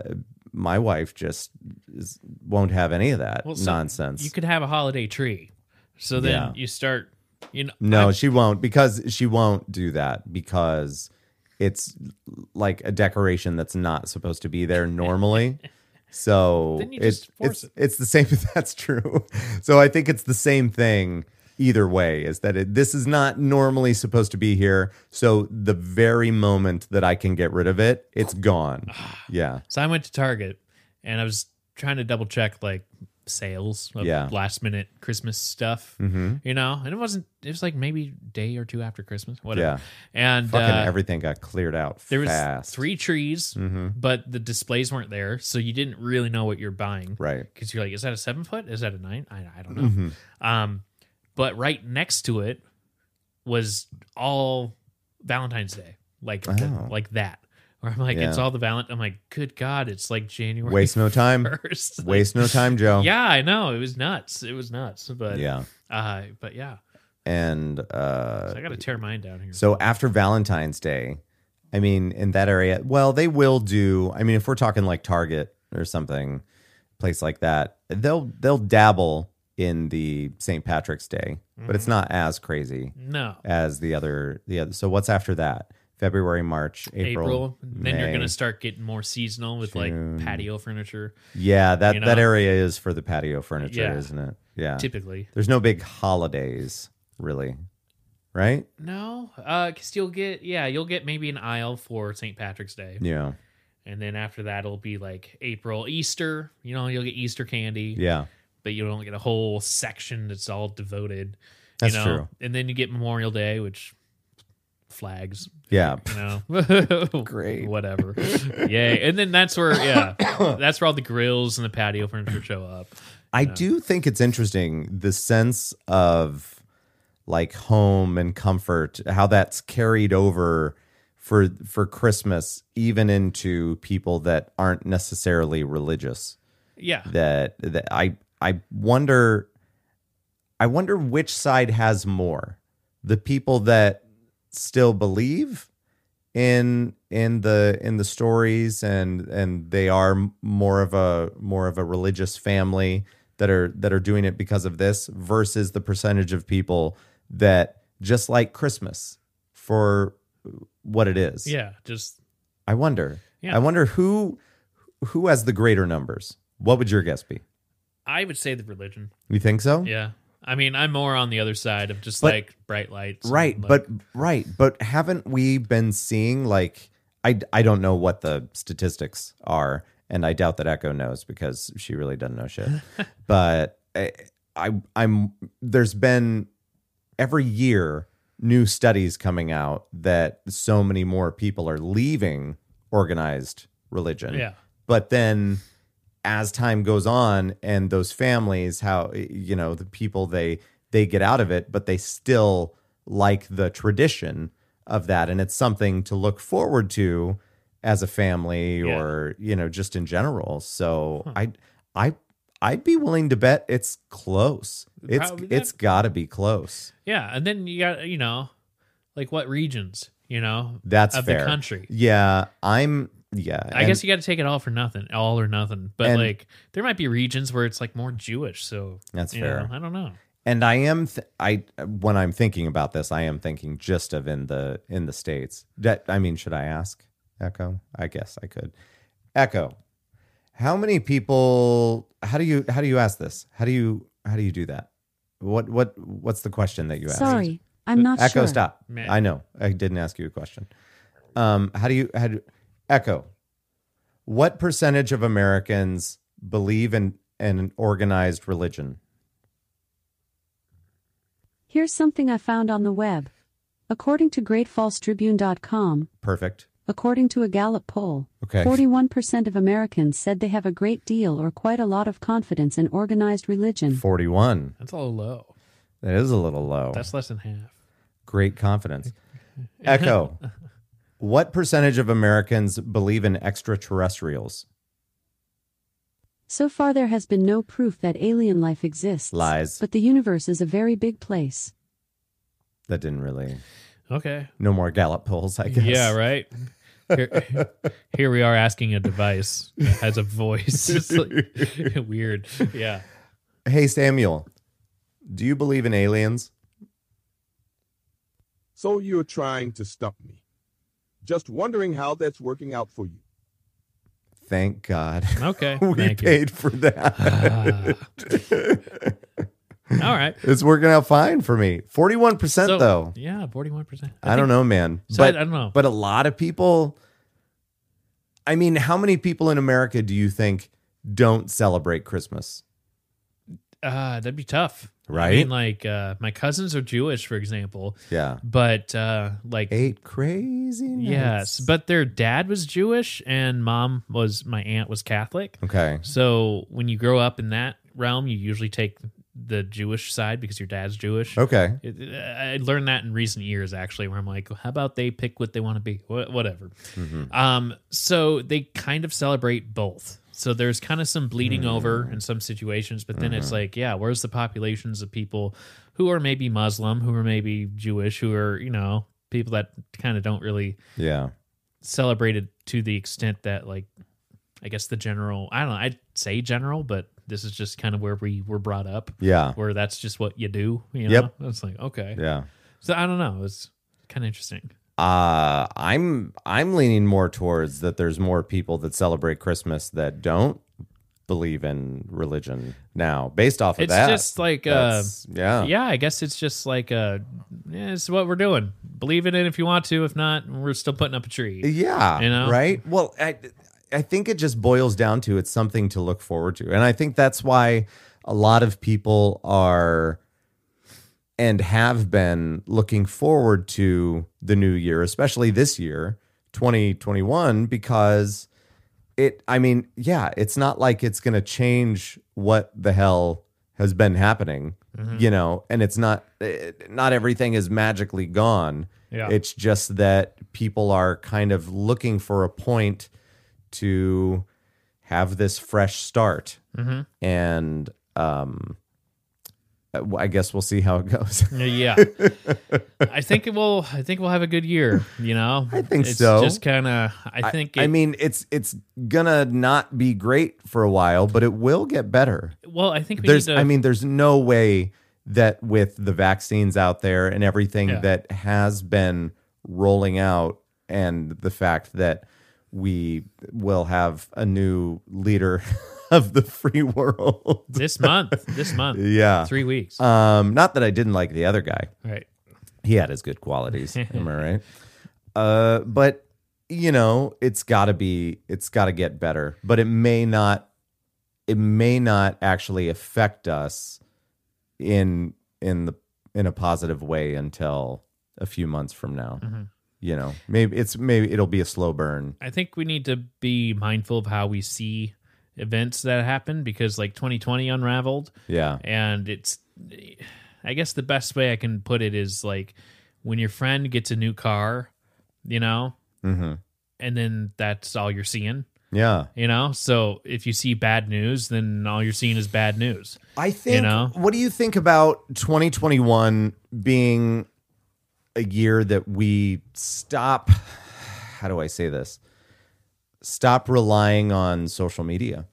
my wife just is, won't have any of that Well, so nonsense You could have a holiday tree. So then Yeah. you start, you know. no I- she won't because she won't do that because it's like a decoration that's not supposed to be there normally so Then you it- just force it's, it's the same that's true so i think it's the same thing either way is that it, this is not normally supposed to be here so the very moment that i can get rid of it it's gone Ah. yeah So I went to Target and I was trying to double check like sales of Yeah. last minute Christmas stuff, mm-hmm. you know? And it wasn't, it was like maybe day or two after Christmas, yeah whatever. And fucking uh, everything got cleared out there was fast three trees, Mhm. but the displays weren't there. So you didn't really know what you're buying. right Because you're like, is that a seven foot? Is that a nine? I, I don't know. Mhm. Um, but right next to it was all Valentine's Day, like Oh. like that. Where I'm like, it's Yeah. all the valent. I'm like, good God, it's like January waste no time first. waste no time joe yeah, I know it was nuts. It was nuts, but yeah, yeah uh, but yeah, and so uh I got to tear mine down here. so after valentine's day i mean in that area well they will do i mean if we're talking like target or something place like that they'll they'll dabble in the st patrick's day but Mm-hmm. it's not as crazy no, as the other the other so what's after that february march april, April. Then you're May. gonna start getting more seasonal with June. like patio furniture, yeah that you that know? area is for the patio furniture Yeah. isn't it yeah typically. there's no big holidays really right No, uh, cause you'll get yeah, you'll get maybe an aisle for St. Patrick's Day. yeah and then after that it'll be like April Easter. You know, you'll get Easter candy, yeah but you don't get a whole section that's all devoted. That's you know? true. And then you get Memorial Day, which flags. yeah You know, Great. whatever. Yay! And then that's where yeah, that's where all the grills and the patio furniture show up. I do think it's interesting the sense of like home and comfort, how that's carried over for for Christmas, even into people that aren't necessarily religious. Yeah, That, that I I wonder I wonder which side has more. The people that still believe in in the in the stories and and they are m- more of a more of a religious family that are that are doing it because of this versus the percentage of people that just like Christmas for what it is. yeah, just I wonder. Yeah. I wonder who who has the greater numbers. What would your guess be? I would say the religion. You think so? Yeah, I mean, I'm more on the other side of just But- like bright lights, and, right like- but right but haven't we been seeing like I, I don't know what the statistics are and i doubt that echo knows because she really doesn't know shit but I, I i'm there's been every year new studies coming out that so many more people are leaving organized religion yeah, but then as time goes on and those families how you know the people they they get out of it but they still like the tradition of that and it's something to look forward to as a family Yeah. or you know just in general so i i i'd be willing to bet it's close it's Probably that- it's got to be close yeah, and then you got you know, like what regions, you know, that's of fair the country. yeah i'm yeah I guess you got to take it all for nothing, all or nothing. But and- like, there might be regions where it's like more Jewish, so that's you fair know, I don't know. and i am th- i when i'm thinking about this i am thinking just of in the in the states that i mean should i ask echo i guess i could echo how many people how do you how do you ask this how do you how do you do that what what what's the question that you asked Sorry, I'm not echo sure. stop Meh. i know i didn't ask you a question um how do you how do echo what percentage of americans believe in in an organized religion Here's something I found on the web. According to GreatFallsTribune.com, perfect according to a Gallup poll, okay 41% of Americans said they have a great deal or quite a lot of confidence in organized religion. 41. That's all low. That is a little low. That's less than half. great confidence. Echo. what percentage of Americans believe in extraterrestrials? So far, there has been no proof that alien life exists. Lies. But the universe is a very big place. That didn't really. Okay. No more Gallup polls, I guess. Yeah, right. Here, here we are asking a device that has a voice. It's like, weird. Yeah. Hey, Samuel, do you believe in aliens? So you're trying to stump me. Just wondering how that's working out for you. Thank God. Okay. we Thank you. paid for that. Ah. All right. it's working out fine for me. 41% though. Yeah, forty-one percent. I, don't know, man. So I- but I don't know. But a lot of people I mean, how many people in America do you think don't celebrate Christmas? Uh, that'd be tough, Right? I mean, like uh, my cousins are Jewish, for example, Yeah. but uh, like Eight crazy nights. yes, but their dad was Jewish and mom was my aunt was Catholic. Okay. So when you grow up in that realm, you usually take the Jewish side because your dad's Jewish. Okay. It- it- I learned that in recent years, actually, where I'm like, how about they pick what they want to be, Wha- whatever. Mm-hmm. Um, so they kind of celebrate both. So there's kind of some Hmm. bleeding over in some situations, but then Mm-hmm. it's like, yeah, where's the populations of people who are maybe Muslim, who are maybe Jewish, who are you know people that kind of don't really Yeah. celebrate it to the extent that like, I guess the general, I don't know, I'd say general, but this is just kind of where we were brought up. Yeah. Where that's just what you do, you know. Yep. It's like okay, Yeah. so I don't know. It's kind of interesting. Uh I'm I'm leaning more towards that there's more people that celebrate Christmas that don't believe in religion now based off of It's that. just like, uh, That's- yeah. Yeah, I guess it's just like uh yeah, it's what we're doing. Believe it in if you want to. If not, we're still putting up a tree. Yeah. You know? Right. Well, I, I think it just boils down to it's something to look forward to. And I think that's why a lot of people are and have been looking forward to the new year, especially this year, 2021, because it, I mean, yeah, it's not like it's going to change what the hell has been happening, Mm-hmm. you know, and it's not, it, not everything is magically gone. Yeah. It's just that people are kind of looking for a point to have this fresh start. Mm-hmm. And um, I guess we'll see how it goes. Yeah. I think it will I think we'll have a good year, you know. I think it's so. just kind of I think it, I mean, it's it's gonna not be great for a while, but it will get better. well, I think we There's, need to I mean, there's no way that with the vaccines out there and everything Yeah. that has been rolling out, and the fact that we will have a new leader of the free world. this month, this month. yeah. 3 weeks. Um, not that I didn't like the other guy. right. He had his good qualities. am I right? Uh, but you know, it's got to be, it's got to get better. But it may not, it may not actually affect us in in the in a positive way until a few months from now. You know, maybe it's maybe it'll be a slow burn. I think we need to be mindful of how we see events that happen because like 2020 unraveled. Yeah, and it's i guess the best way i can put it is like when your friend gets a new car you know hmm and then that's all you're seeing yeah. you know so if you see bad news then all you're seeing is bad news I think. know? What do you think about 2021 being a year that we stop? How do I say this? Stop relying on social media.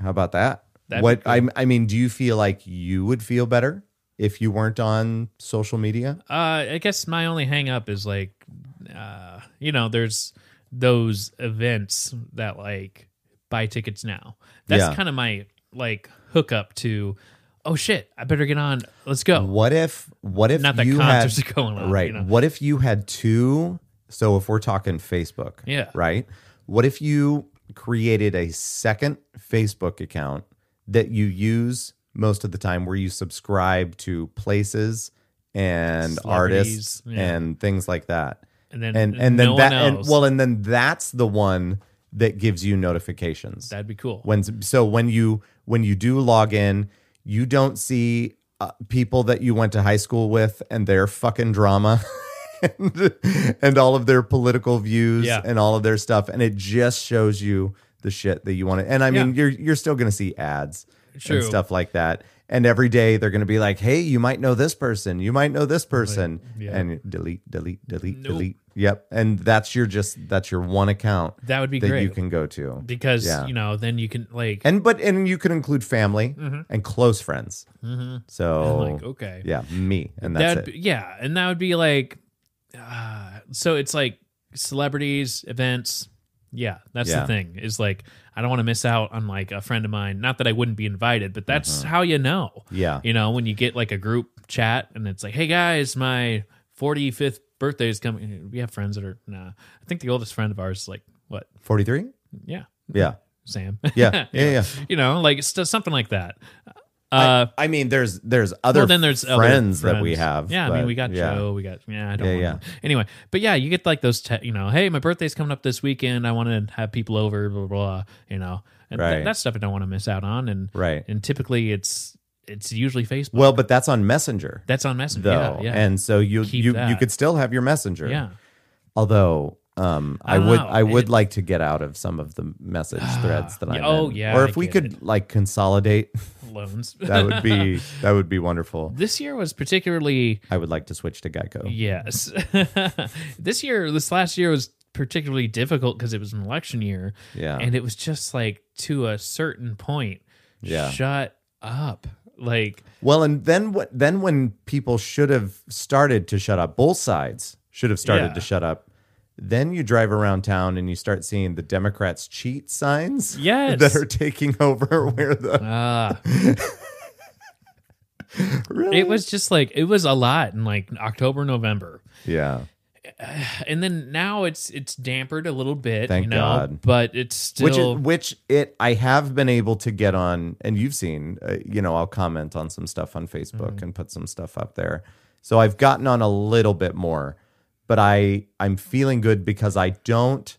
How about that? That'd be what cool. I I mean, do you feel like you would feel better if you weren't on social media? uh i guess my only hang up is like uh you know there's those events that like buy tickets now that's Yeah. kind of my like hookup to oh shit i better get on let's go What if what if Oh. Not that you had, concerts are going on, right? you know. What if you had two? So if we're talking Facebook, Yeah. right? What if you created a second Facebook account that you use most of the time, where you subscribe to places and artists Celebrities, yeah. and things like that, and then uh, and and then no that one and, else. well, and then that's the one that gives you notifications that'd be cool when so when you when you do log in you don't see uh, people that you went to high school with and their fucking drama and, and all of their political views Yeah. and all of their stuff and it just shows you the shit that you want to and i mean Yeah. you're you're still going to see ads True. and stuff like that. And every day they're going to be like, "Hey, you might know this person. You might know this person." yeah. And delete, delete, delete, Nope. delete. Yep. And that's your just that's your one account That would be that great. you can go to. because Yeah. you know, then you can like, and but and you can include family and close friends. So Mm-hmm. like okay, oh, yeah, me and that's that it. yeah, and that would be like, uh, so it's like celebrities, events. Yeah, that's Yeah. the thing. Is like I don't want to miss out on like a friend of mine. Not that I wouldn't be invited, but that's how you know. Mm-hmm. yeah. You know, when you get like a group chat and it's like, hey guys, my 45th birthday is coming. We have friends that are, nah. I think the oldest friend of ours is like, what? 43? Yeah, Yeah. Sam. Yeah. Yeah, yeah. you know, like st- something like that. Uh, I mean, there's there's other well, then there's other friends, that we friends. have. Yeah, I mean, but we got yeah. Joe, we got yeah, I don't Yeah, wanna- yeah. Anyway, but yeah, you get like those, te- you know, hey, my birthday's coming up this weekend. I want to have people over, blah blah, blah you know, and th- Right. that stuff I don't want to miss out on. And Right. and typically it's it's usually Facebook. Well, but that's on Messenger that's on Messenger, though, yeah, yeah. and so you Keep you you that. could still have your Messenger. yeah. Although, um, I, I don't would know. I would It- like to get out of some of the message threads that Yeah, I'm. oh, in. yeah, Or I if we get could it. like consolidate, loans. that would be that would be wonderful. this year was particularly I would like to switch to Geico. yes. this year, this last year was particularly difficult because it was an election year, Yeah. and it was just like to a certain point. Yeah. Shut up. Like Well, and then what? Then when people should have started to shut up, both sides should have started Yeah. to shut up. Then you drive around town and you start seeing the Democrats cheat signs Yes. that are taking over where the ah, really it was just like it was a lot in like October, November, yeah and then now it's it's dampered a little bit. Thank you know, God. But it's still which is, which it I have been able to get on and you've seen uh, you know I'll comment on some stuff on Facebook Mm-hmm. and put some stuff up there. So I've gotten on a little bit more, but I I'm feeling good because I don't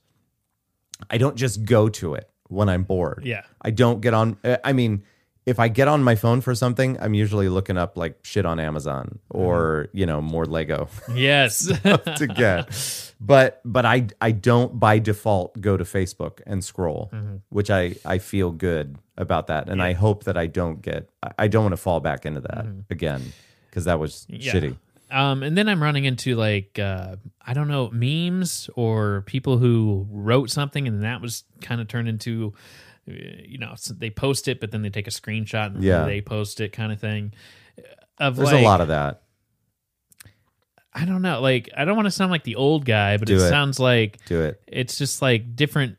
I don't just go to it when I'm bored. Yeah. I don't get on uh, I mean if I get on my phone for something, I'm usually looking up like shit on Amazon Mm-hmm. or, you know, more Lego yes. to get. But but I I don't by default go to Facebook and scroll, Mm-hmm. which I I feel good about that, and I hope that I don't get I- I don't want to fall back into that again because that was Mm-hmm. Yeah. shitty. Um, and then I'm running into like uh, I don't know memes or people who wrote something and that was kind of turned into, uh, you know, so they post it but then they take a screenshot and Yeah. they post it kind of thing. Of There's like, a lot of that. I don't know. Like I don't want to sound like the old guy, but Do it, it. sounds like Do it. it's just like different.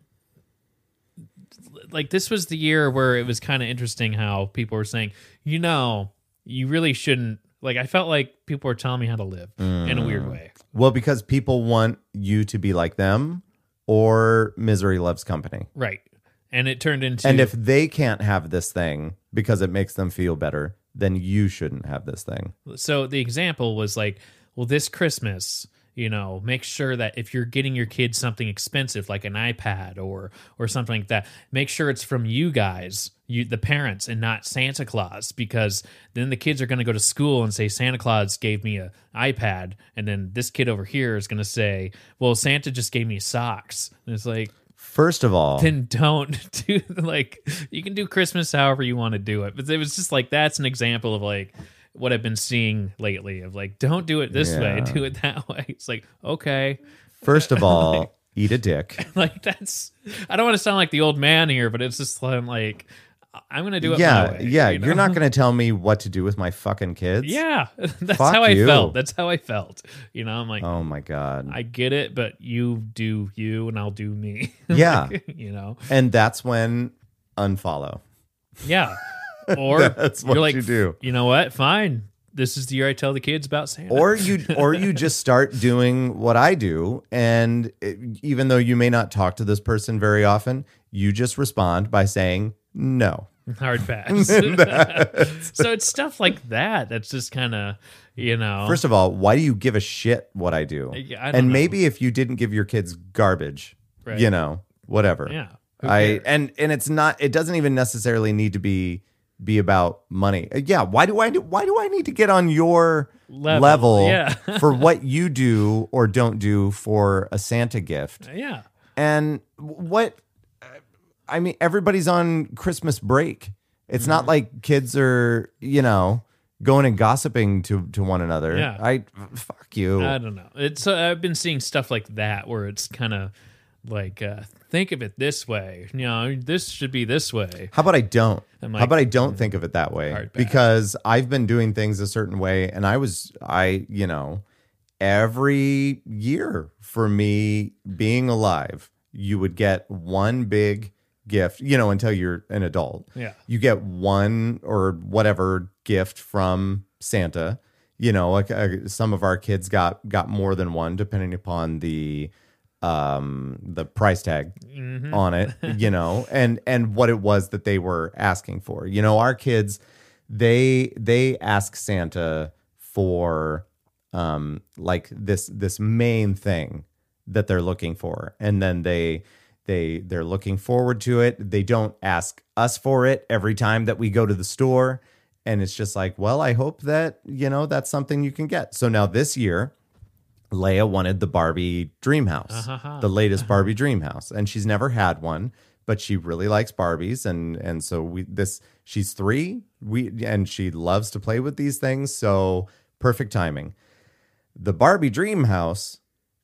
Like this was the year where it was kind of interesting how people were saying, you know, you really shouldn't. Like I felt like people were telling me how to live in a Mm. weird way. Well, because people want you to be like them, or misery loves company. Right. And it turned into And if they can't have this thing because it makes them feel better, then you shouldn't have this thing. so the example was like, well, this Christmas, you know, make sure that if you're getting your kids something expensive like an iPad or or something like that, make sure it's from you guys, you the parents and not Santa Claus because then the kids are going to go to school and say Santa Claus gave me a iPad and then this kid over here is going to say, well, Santa just gave me socks. And it's like First of all, then don't do like you can do Christmas however you want to do it. But it was just like that's an example of like what I've been seeing lately of like don't do it this way, Yeah. do it that way. It's like okay, first of all, eat a dick. like that's I don't want to sound like the old man here, but it's just I'm like I'm gonna do it. my yeah, way, yeah. you You are know? not going to tell me what to do with my fucking kids. Yeah, that's Fuck how I you. felt. That's how I felt. You know, I'm like Oh my god. I get it, but you do you and I'll do me. Yeah. you know. and that's when unfollow. Yeah. Or That's what you're like, you do. You know what? Fine. This is the year I tell the kids about Santa. Or you or you just start doing what I do and it- even though you may not talk to this person very often, you just respond by saying no. hard pass. so it's stuff like that that's just kind of you know. First of all, why do you give a shit what I do? Yeah, I don't and know. maybe if you didn't give your kids garbage, Right. you know, whatever. yeah. Who I cares? and and it's not it doesn't even necessarily need to be be about money. Uh, Yeah, why do I do, why do I need to get on your Level, level, yeah. for what you do or don't do for a Santa gift? yeah. uh, And what I mean everybody's on Christmas break It's Mm-hmm. not like kids are, you know, going and gossiping to to one another. Yeah. I fuck you. I don't know. It's uh, I've been seeing stuff like that where it's kind of like uh, think of it this way. You know, this should be this way. How about I don't? I'm How like, about I don't think of it that way? hard pass. Because I've been doing things a certain way, and I was, I, you know, every year for me being alive, you would get one big gift, you know, until you're an adult. Yeah. You get one or whatever gift from Santa. You know, like uh, some of our kids got got more than one, depending upon the um the price tag on it you know and and what it was that they were asking for you know our kids they they ask santa for um like this this main thing that they're looking for and then they they they're looking forward to it they don't ask us for it every time that we go to the store and it's just like well i hope that you know that's something you can get so now this year Leia wanted the Barbie dream house, Uh-huh. the latest Barbie dream house, and she's never had one, but she really likes Barbies, and and so we this she's three, we and she loves to play with these things, so perfect timing. The Barbie dream house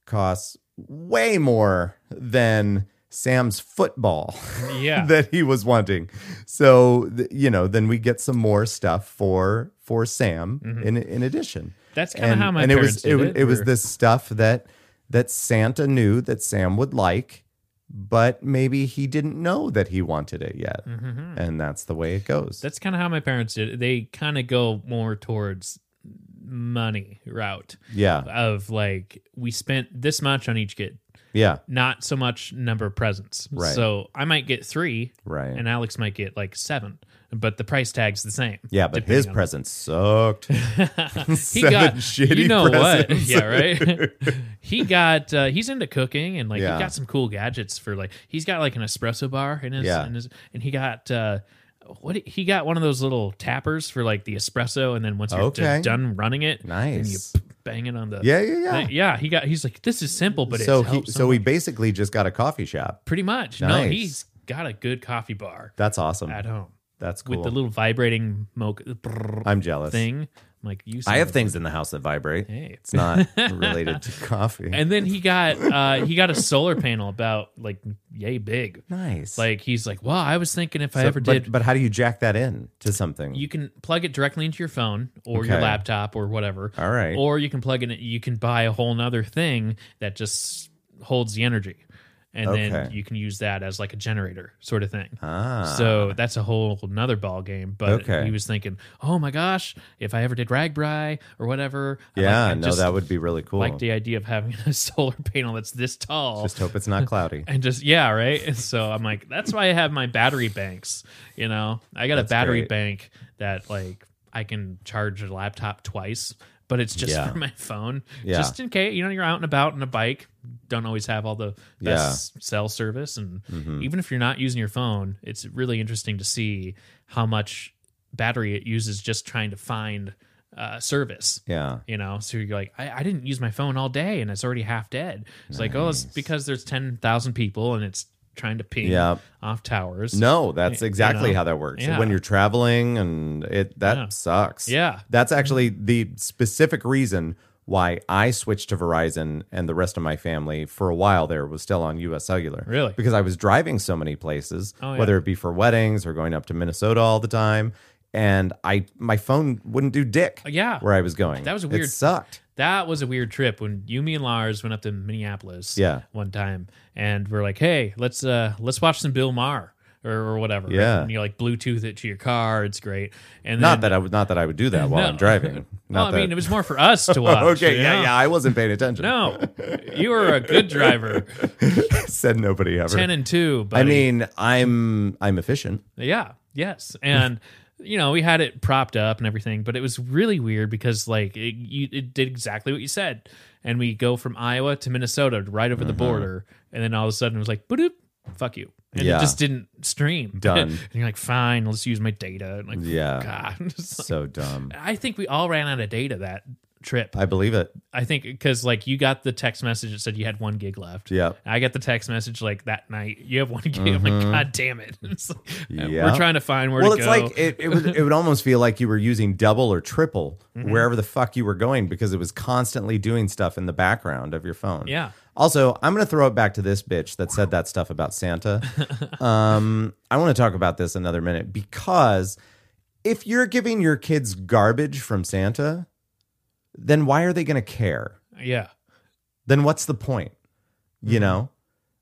costs way more than Sam's football Yeah. that he was wanting. So th- you know, then we get some more stuff for for Sam in in addition That's kind of Mm-hmm. how my it parents was did it, wa- it was or- this stuff that that Santa knew that Sam would like, but maybe he didn't know that he wanted it yet, Mm-hmm. and that's the way it goes. That's kind of how my parents did. it. They kind of go more towards money route yeah, of like we spent this much on each kid, yeah, not so much number of presents. Right. So I might get three, right, and Alex might get like seven, but the price tag's the same. yeah. But depending his on- present sucked. he Seven got shitty you know presents. what yeah right he got uh, he's into cooking and like Yeah. he got some cool gadgets for like he's got like an espresso bar in his, Yeah. in his and he got uh what he got one of those little tappers for like the espresso and then once you're d- Okay. done running it and you Nice. p- bang it on the Yeah, yeah, yeah. thing. yeah he got he's like this is simple but so it he helps so he basically just got a coffee shop. pretty much no Nice. he's got a good coffee bar That's awesome. at home That's cool. with the little vibrating mocha I'm jealous. thing I'm like you I have son things in the house that vibrate. Hey. It's not related to coffee. And then he got uh he got a solar panel about like yay big. nice. Like he's like, "Wow, I was thinking if I So- ever but- did But how do you jack that in to something? you can plug it directly into your phone or your Okay. laptop or whatever. All right. Or you can plug in you can buy a whole nother thing that just holds the energy. And then Okay. you can use that as like a generator sort of thing. ah. So that's a whole another ball game. But Okay. he was thinking, oh my gosh, if I ever did Ragbri or whatever, I like- Yeah, I no, just that would be really cool. like the idea of having a solar panel that's this tall. Just hope it's not cloudy. and just yeah right and so i'm like that's why i have my battery banks you know i got a battery great. bank that like i can charge a laptop twice but it's just Yeah. for my phone Yeah. just in case you know you're out and about on a bike don't always have all the best cell service and Mm-hmm. even if you're not using your phone it's really interesting to see how much battery it uses just trying to find uh, service Yeah. you know so you're like I, I didn't use my phone all day and it's already half dead it's like oh it's because there's 10,000 people and it's trying to ping Yeah. off towers No, that's exactly know? how that works. Yeah. When you're traveling and it that Yeah. sucks. Yeah. That's actually the specific reason why I switched to Verizon and the rest of my family for a while there was still on US Cellular. Really? Because I was driving so many places, Oh, yeah. whether it be for weddings or going up to Minnesota all the time, and I my phone wouldn't do dick. Oh, Uh, yeah. Where I was going. That was a It weird- sucked. that was a weird trip when you me and lars went up to minneapolis Yeah. one time and we're like hey let's uh let's watch some bill maher or, or whatever Yeah. and you like bluetooth it to your car it's great and Not then, that I would not that I would do that while No. I'm driving. well, Not i that, mean it was more for us to watch Okay, you yeah, know? yeah. I wasn't paying attention. no you were a good driver said nobody ever. 10 and 2 buddy. I mean, I'm I'm efficient. Yeah. Yes. And you know, we had it propped up and everything, but it was really weird because like it, you, it did exactly what you said, and we go from Iowa to Minnesota right over the Mm-hmm. border, and then all of a sudden it was like, boop, fuck you, and Yeah. it just didn't stream. Done. and you're like, fine, let's use my data. And like, Yeah. God. It's like- So dumb. I think we all ran out of data that trip. I believe it. I think because like you got the text message that said you had one gig left. Yeah. I got the text message like that night. You have one gig. I'm like, God damn it! It's like, Yeah. We're trying to find where Mm-hmm. Well, to it's go. like it, it would it would almost feel like you were using double or triple wherever the fuck you were going because it was constantly doing stuff in the background of your phone. Yeah. Also, I'm gonna throw it back to this bitch that said that stuff about Santa. um, I want to talk about this another minute because if you're giving your kids garbage from Santa, then why are they gonna care? yeah, then what's the point? You know,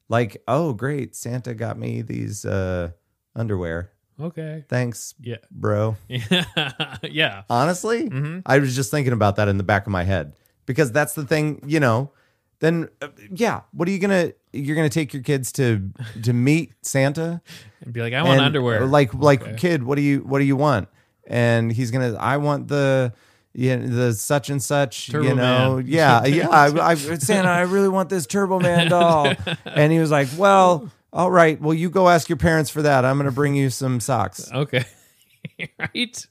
like, oh, great, Santa got me these uh, underwear. okay, Thanks, yeah, bro. yeah. Honestly, Mm-hmm. I was just thinking about that in the back of my head because that's the thing, you know. Then, uh, yeah, what are you gonna? You're gonna take your kids to to meet Santa? And be like, I want and, underwear. or Like, like, kid, what do you what do you want? And he's gonna. I want the. Yeah, the such and such, you Turbo know. Man. Yeah, yeah. I, I, Santa, I really want this Turbo Man doll. And he was like, "Well, all right. Well, you go ask your parents for that. I'm gonna bring you some socks. okay, right.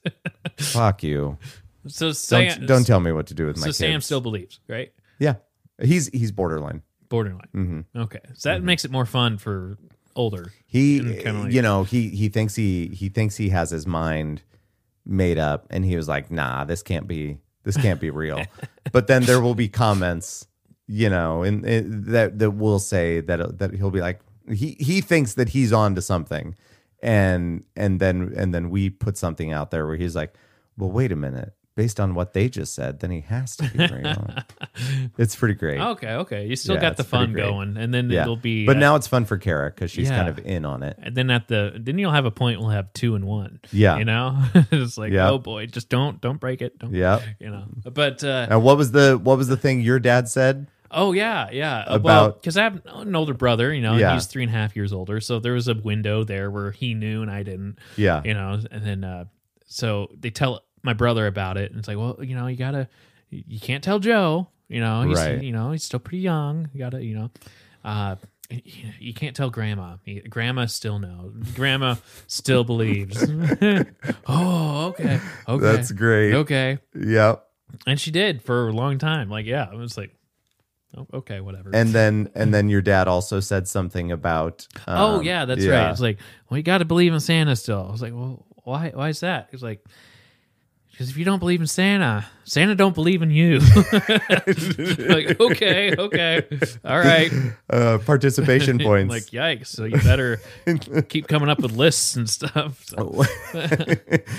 Fuck you. So Don't Sam, don't tell me what to do with my So kids. Sam still believes, right? Yeah, he's he's borderline. Mm-hmm. Borderline. Okay, so that makes it more fun for older. He, And kinda like- you know, he he thinks he he thinks he has his mind made up, and he was like, "Nah, this can't be this can't be real." but then there will be comments, you know, and and that that will say that that he'll be like, he he thinks that he's on to something, and and then and then we put something out there where he's like, "Well, wait a minute." Based on what they just said, then he has to be real. it's pretty great. Okay, okay. You still Yeah, got the it's pretty fun great. going, and Oh, then yeah. it'll be. but uh, now it's fun for Kara because she's Yeah. kind of in on it. And then at the then you'll have a point we'll have two and one. Yeah. You know? it's like, Yeah. oh boy, just don't don't break it. Don't Yeah. you know. But uh Now, what was the what was the thing your dad said? oh yeah, yeah. About About- because I have an older brother, you know, Yeah. and he's three and a half years older. So there was a window there where he knew and I didn't. Yeah. You know, and then uh so they tell my brother about it and it's like, Well, you know, you gotta you can't tell Joe, you know, he's Right. you know, he's still pretty young. You gotta, you know. Uh you you can't tell grandma. You- Grandma still knows. Grandma still believes. oh, okay. Okay. That's great. Okay. Yep. And she did for a long time. Like, yeah, I was like, oh, okay, whatever. And then and then your dad also said something about oh, um, yeah, that's right. yeah. It's like, well, you got to believe in Santa still. I was like, well, why, why is that? It's like, because if you don't believe in Santa, Santa don't believe in you. like, okay, okay, all right. uh, participation points. Like, yikes! So you better keep coming up with lists and stuff. So- Oh,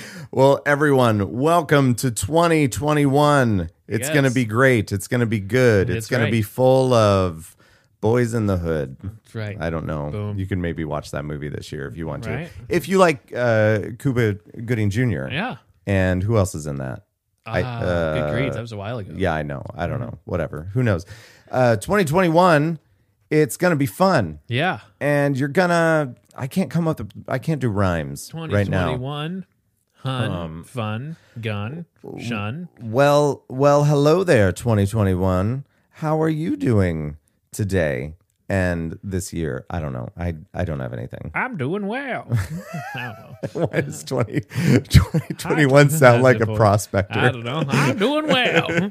well, everyone, welcome to 2021. It's Yes. going to be great. It's going to be good. It's That's going right. to be full of boys in the hood. That's right. I don't know. Boom. You can maybe watch that movie this year if you want Right. to. If you like uh, Cuba Gooding Jr. yeah. And who else is in that? I- uh, Ah, Mm-hmm. good grief! That was a while ago. Yeah, I know. I don't know. Whatever. Who knows? Uh, 2021, it's going to be fun. Yeah. And you're going to, I can't come up, with- I can't do rhymes right now. 2021. Hun, Um, fun, gun, shun. Well, well, hello there, 2021. How are you doing today and this year? I don't know. I, I don't have anything. I'm doing well. I don't know. Why does 20, 2021 sound like a I prospector? don't know. I'm doing well.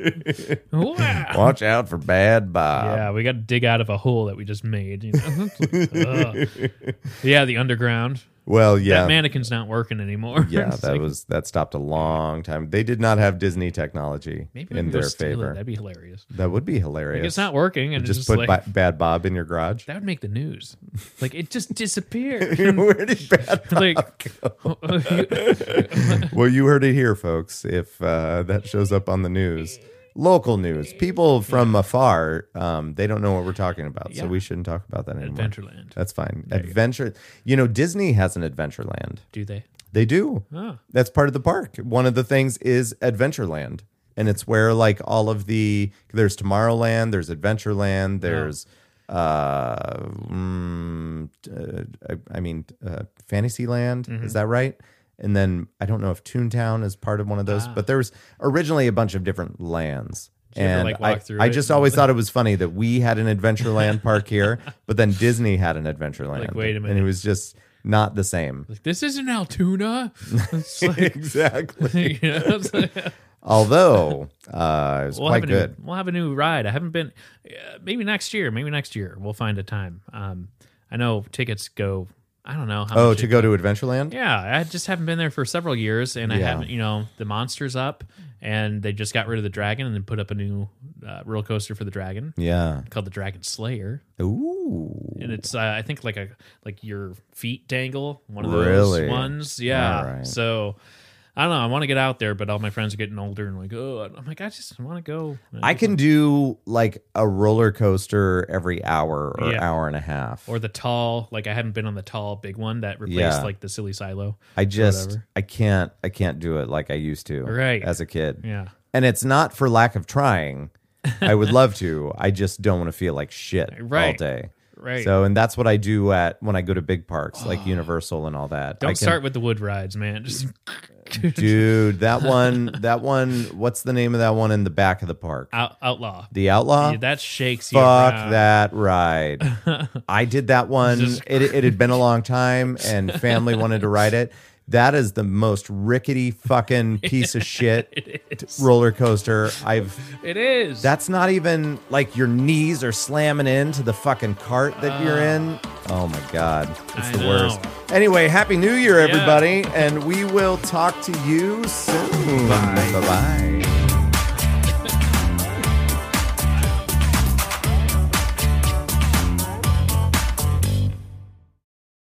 wow. Watch out for bad Bob. Yeah, we got to dig out of a hole that we just made. You know? It's like, ugh. yeah, the underground. Well, yeah. That mannequin's not working anymore. yeah, It's that like, was that stopped a long time. They did not have Disney technology maybe we in could go their steal it. favor. That'd be hilarious. That would be hilarious. Like, it's not working, and just, it's just put like Ba- Bad Bob in your garage. that would make the news. Like it just disappeared. Where did Bad Bob? like well, you heard it here, folks. If uh, that shows up on the news, local news, people from afar, um, they don't know what we're talking about, so Yeah. we shouldn't talk about that anymore. Adventureland. That's fine. Adventure. you know, Disney has an Adventureland. Do they? They do. Oh. That's part of the park. One of the things is Adventureland. And it's where like all of the there's Tomorrowland, there's Adventureland, there's uh, mm, uh I, I mean uh, Fantasyland, Mm-hmm. is that right? And then I don't know if Toontown is part of one of those, but there was originally a bunch of different lands. Ah. you ever, And like, I, walk through I it just and- always thought it was funny that we had an Adventureland park here, but then Disney had an Adventureland. wait a And it minute. was just not the same. Like this isn't Altoona. It's like, exactly. you know, it's like- Although uh, it was We'll quite have a good. New, we'll have a new ride. I haven't been. Uh, maybe next year. Maybe next year we'll find a time. Um, I know tickets go. I don't know how. Oh, much to it- go to Adventureland? Yeah, I just haven't been there for several years, and I Yeah. haven't. You know, the monsters up, and they just got rid of the dragon and then put up a new uh, roller coaster for the dragon Yeah. called the Dragon Slayer, Ooh. and it's uh, I think like a like your feet dangle one of Really? those ones. Yeah, All right. so. I don't know. I want to get out there, but all my friends are getting older and like, oh, I'm like, I just want to go. I can do like a roller coaster every hour or Yeah. hour and a half. or the tall like i haven't been on the tall big one that replaced Yeah. like the silly silo I just whatever. I can't I can't do it like I used to Right. as a kid. yeah And it's not for lack of trying. I would love to. I just don't want to feel like shit all Right. day. right So and that's what I do at when I go to big parks like Universal and all that. don't I can- start with the wood rides man just Dude, that one that one what's the name of that one in the back of the park? out, outlaw The Outlaw? Uh, Yeah, that shakes you Fuck around. that ride. I did that one. Just- It, it had been a long time and family wanted to ride it. That is the most rickety fucking piece of shit it is, roller coaster I've. it is. That's not even like your knees are slamming into the fucking cart that you're Uh. in. Oh my God. It's I the know. worst. Anyway, Happy New Year, Yeah. everybody. And we will talk to you soon. Bye bye.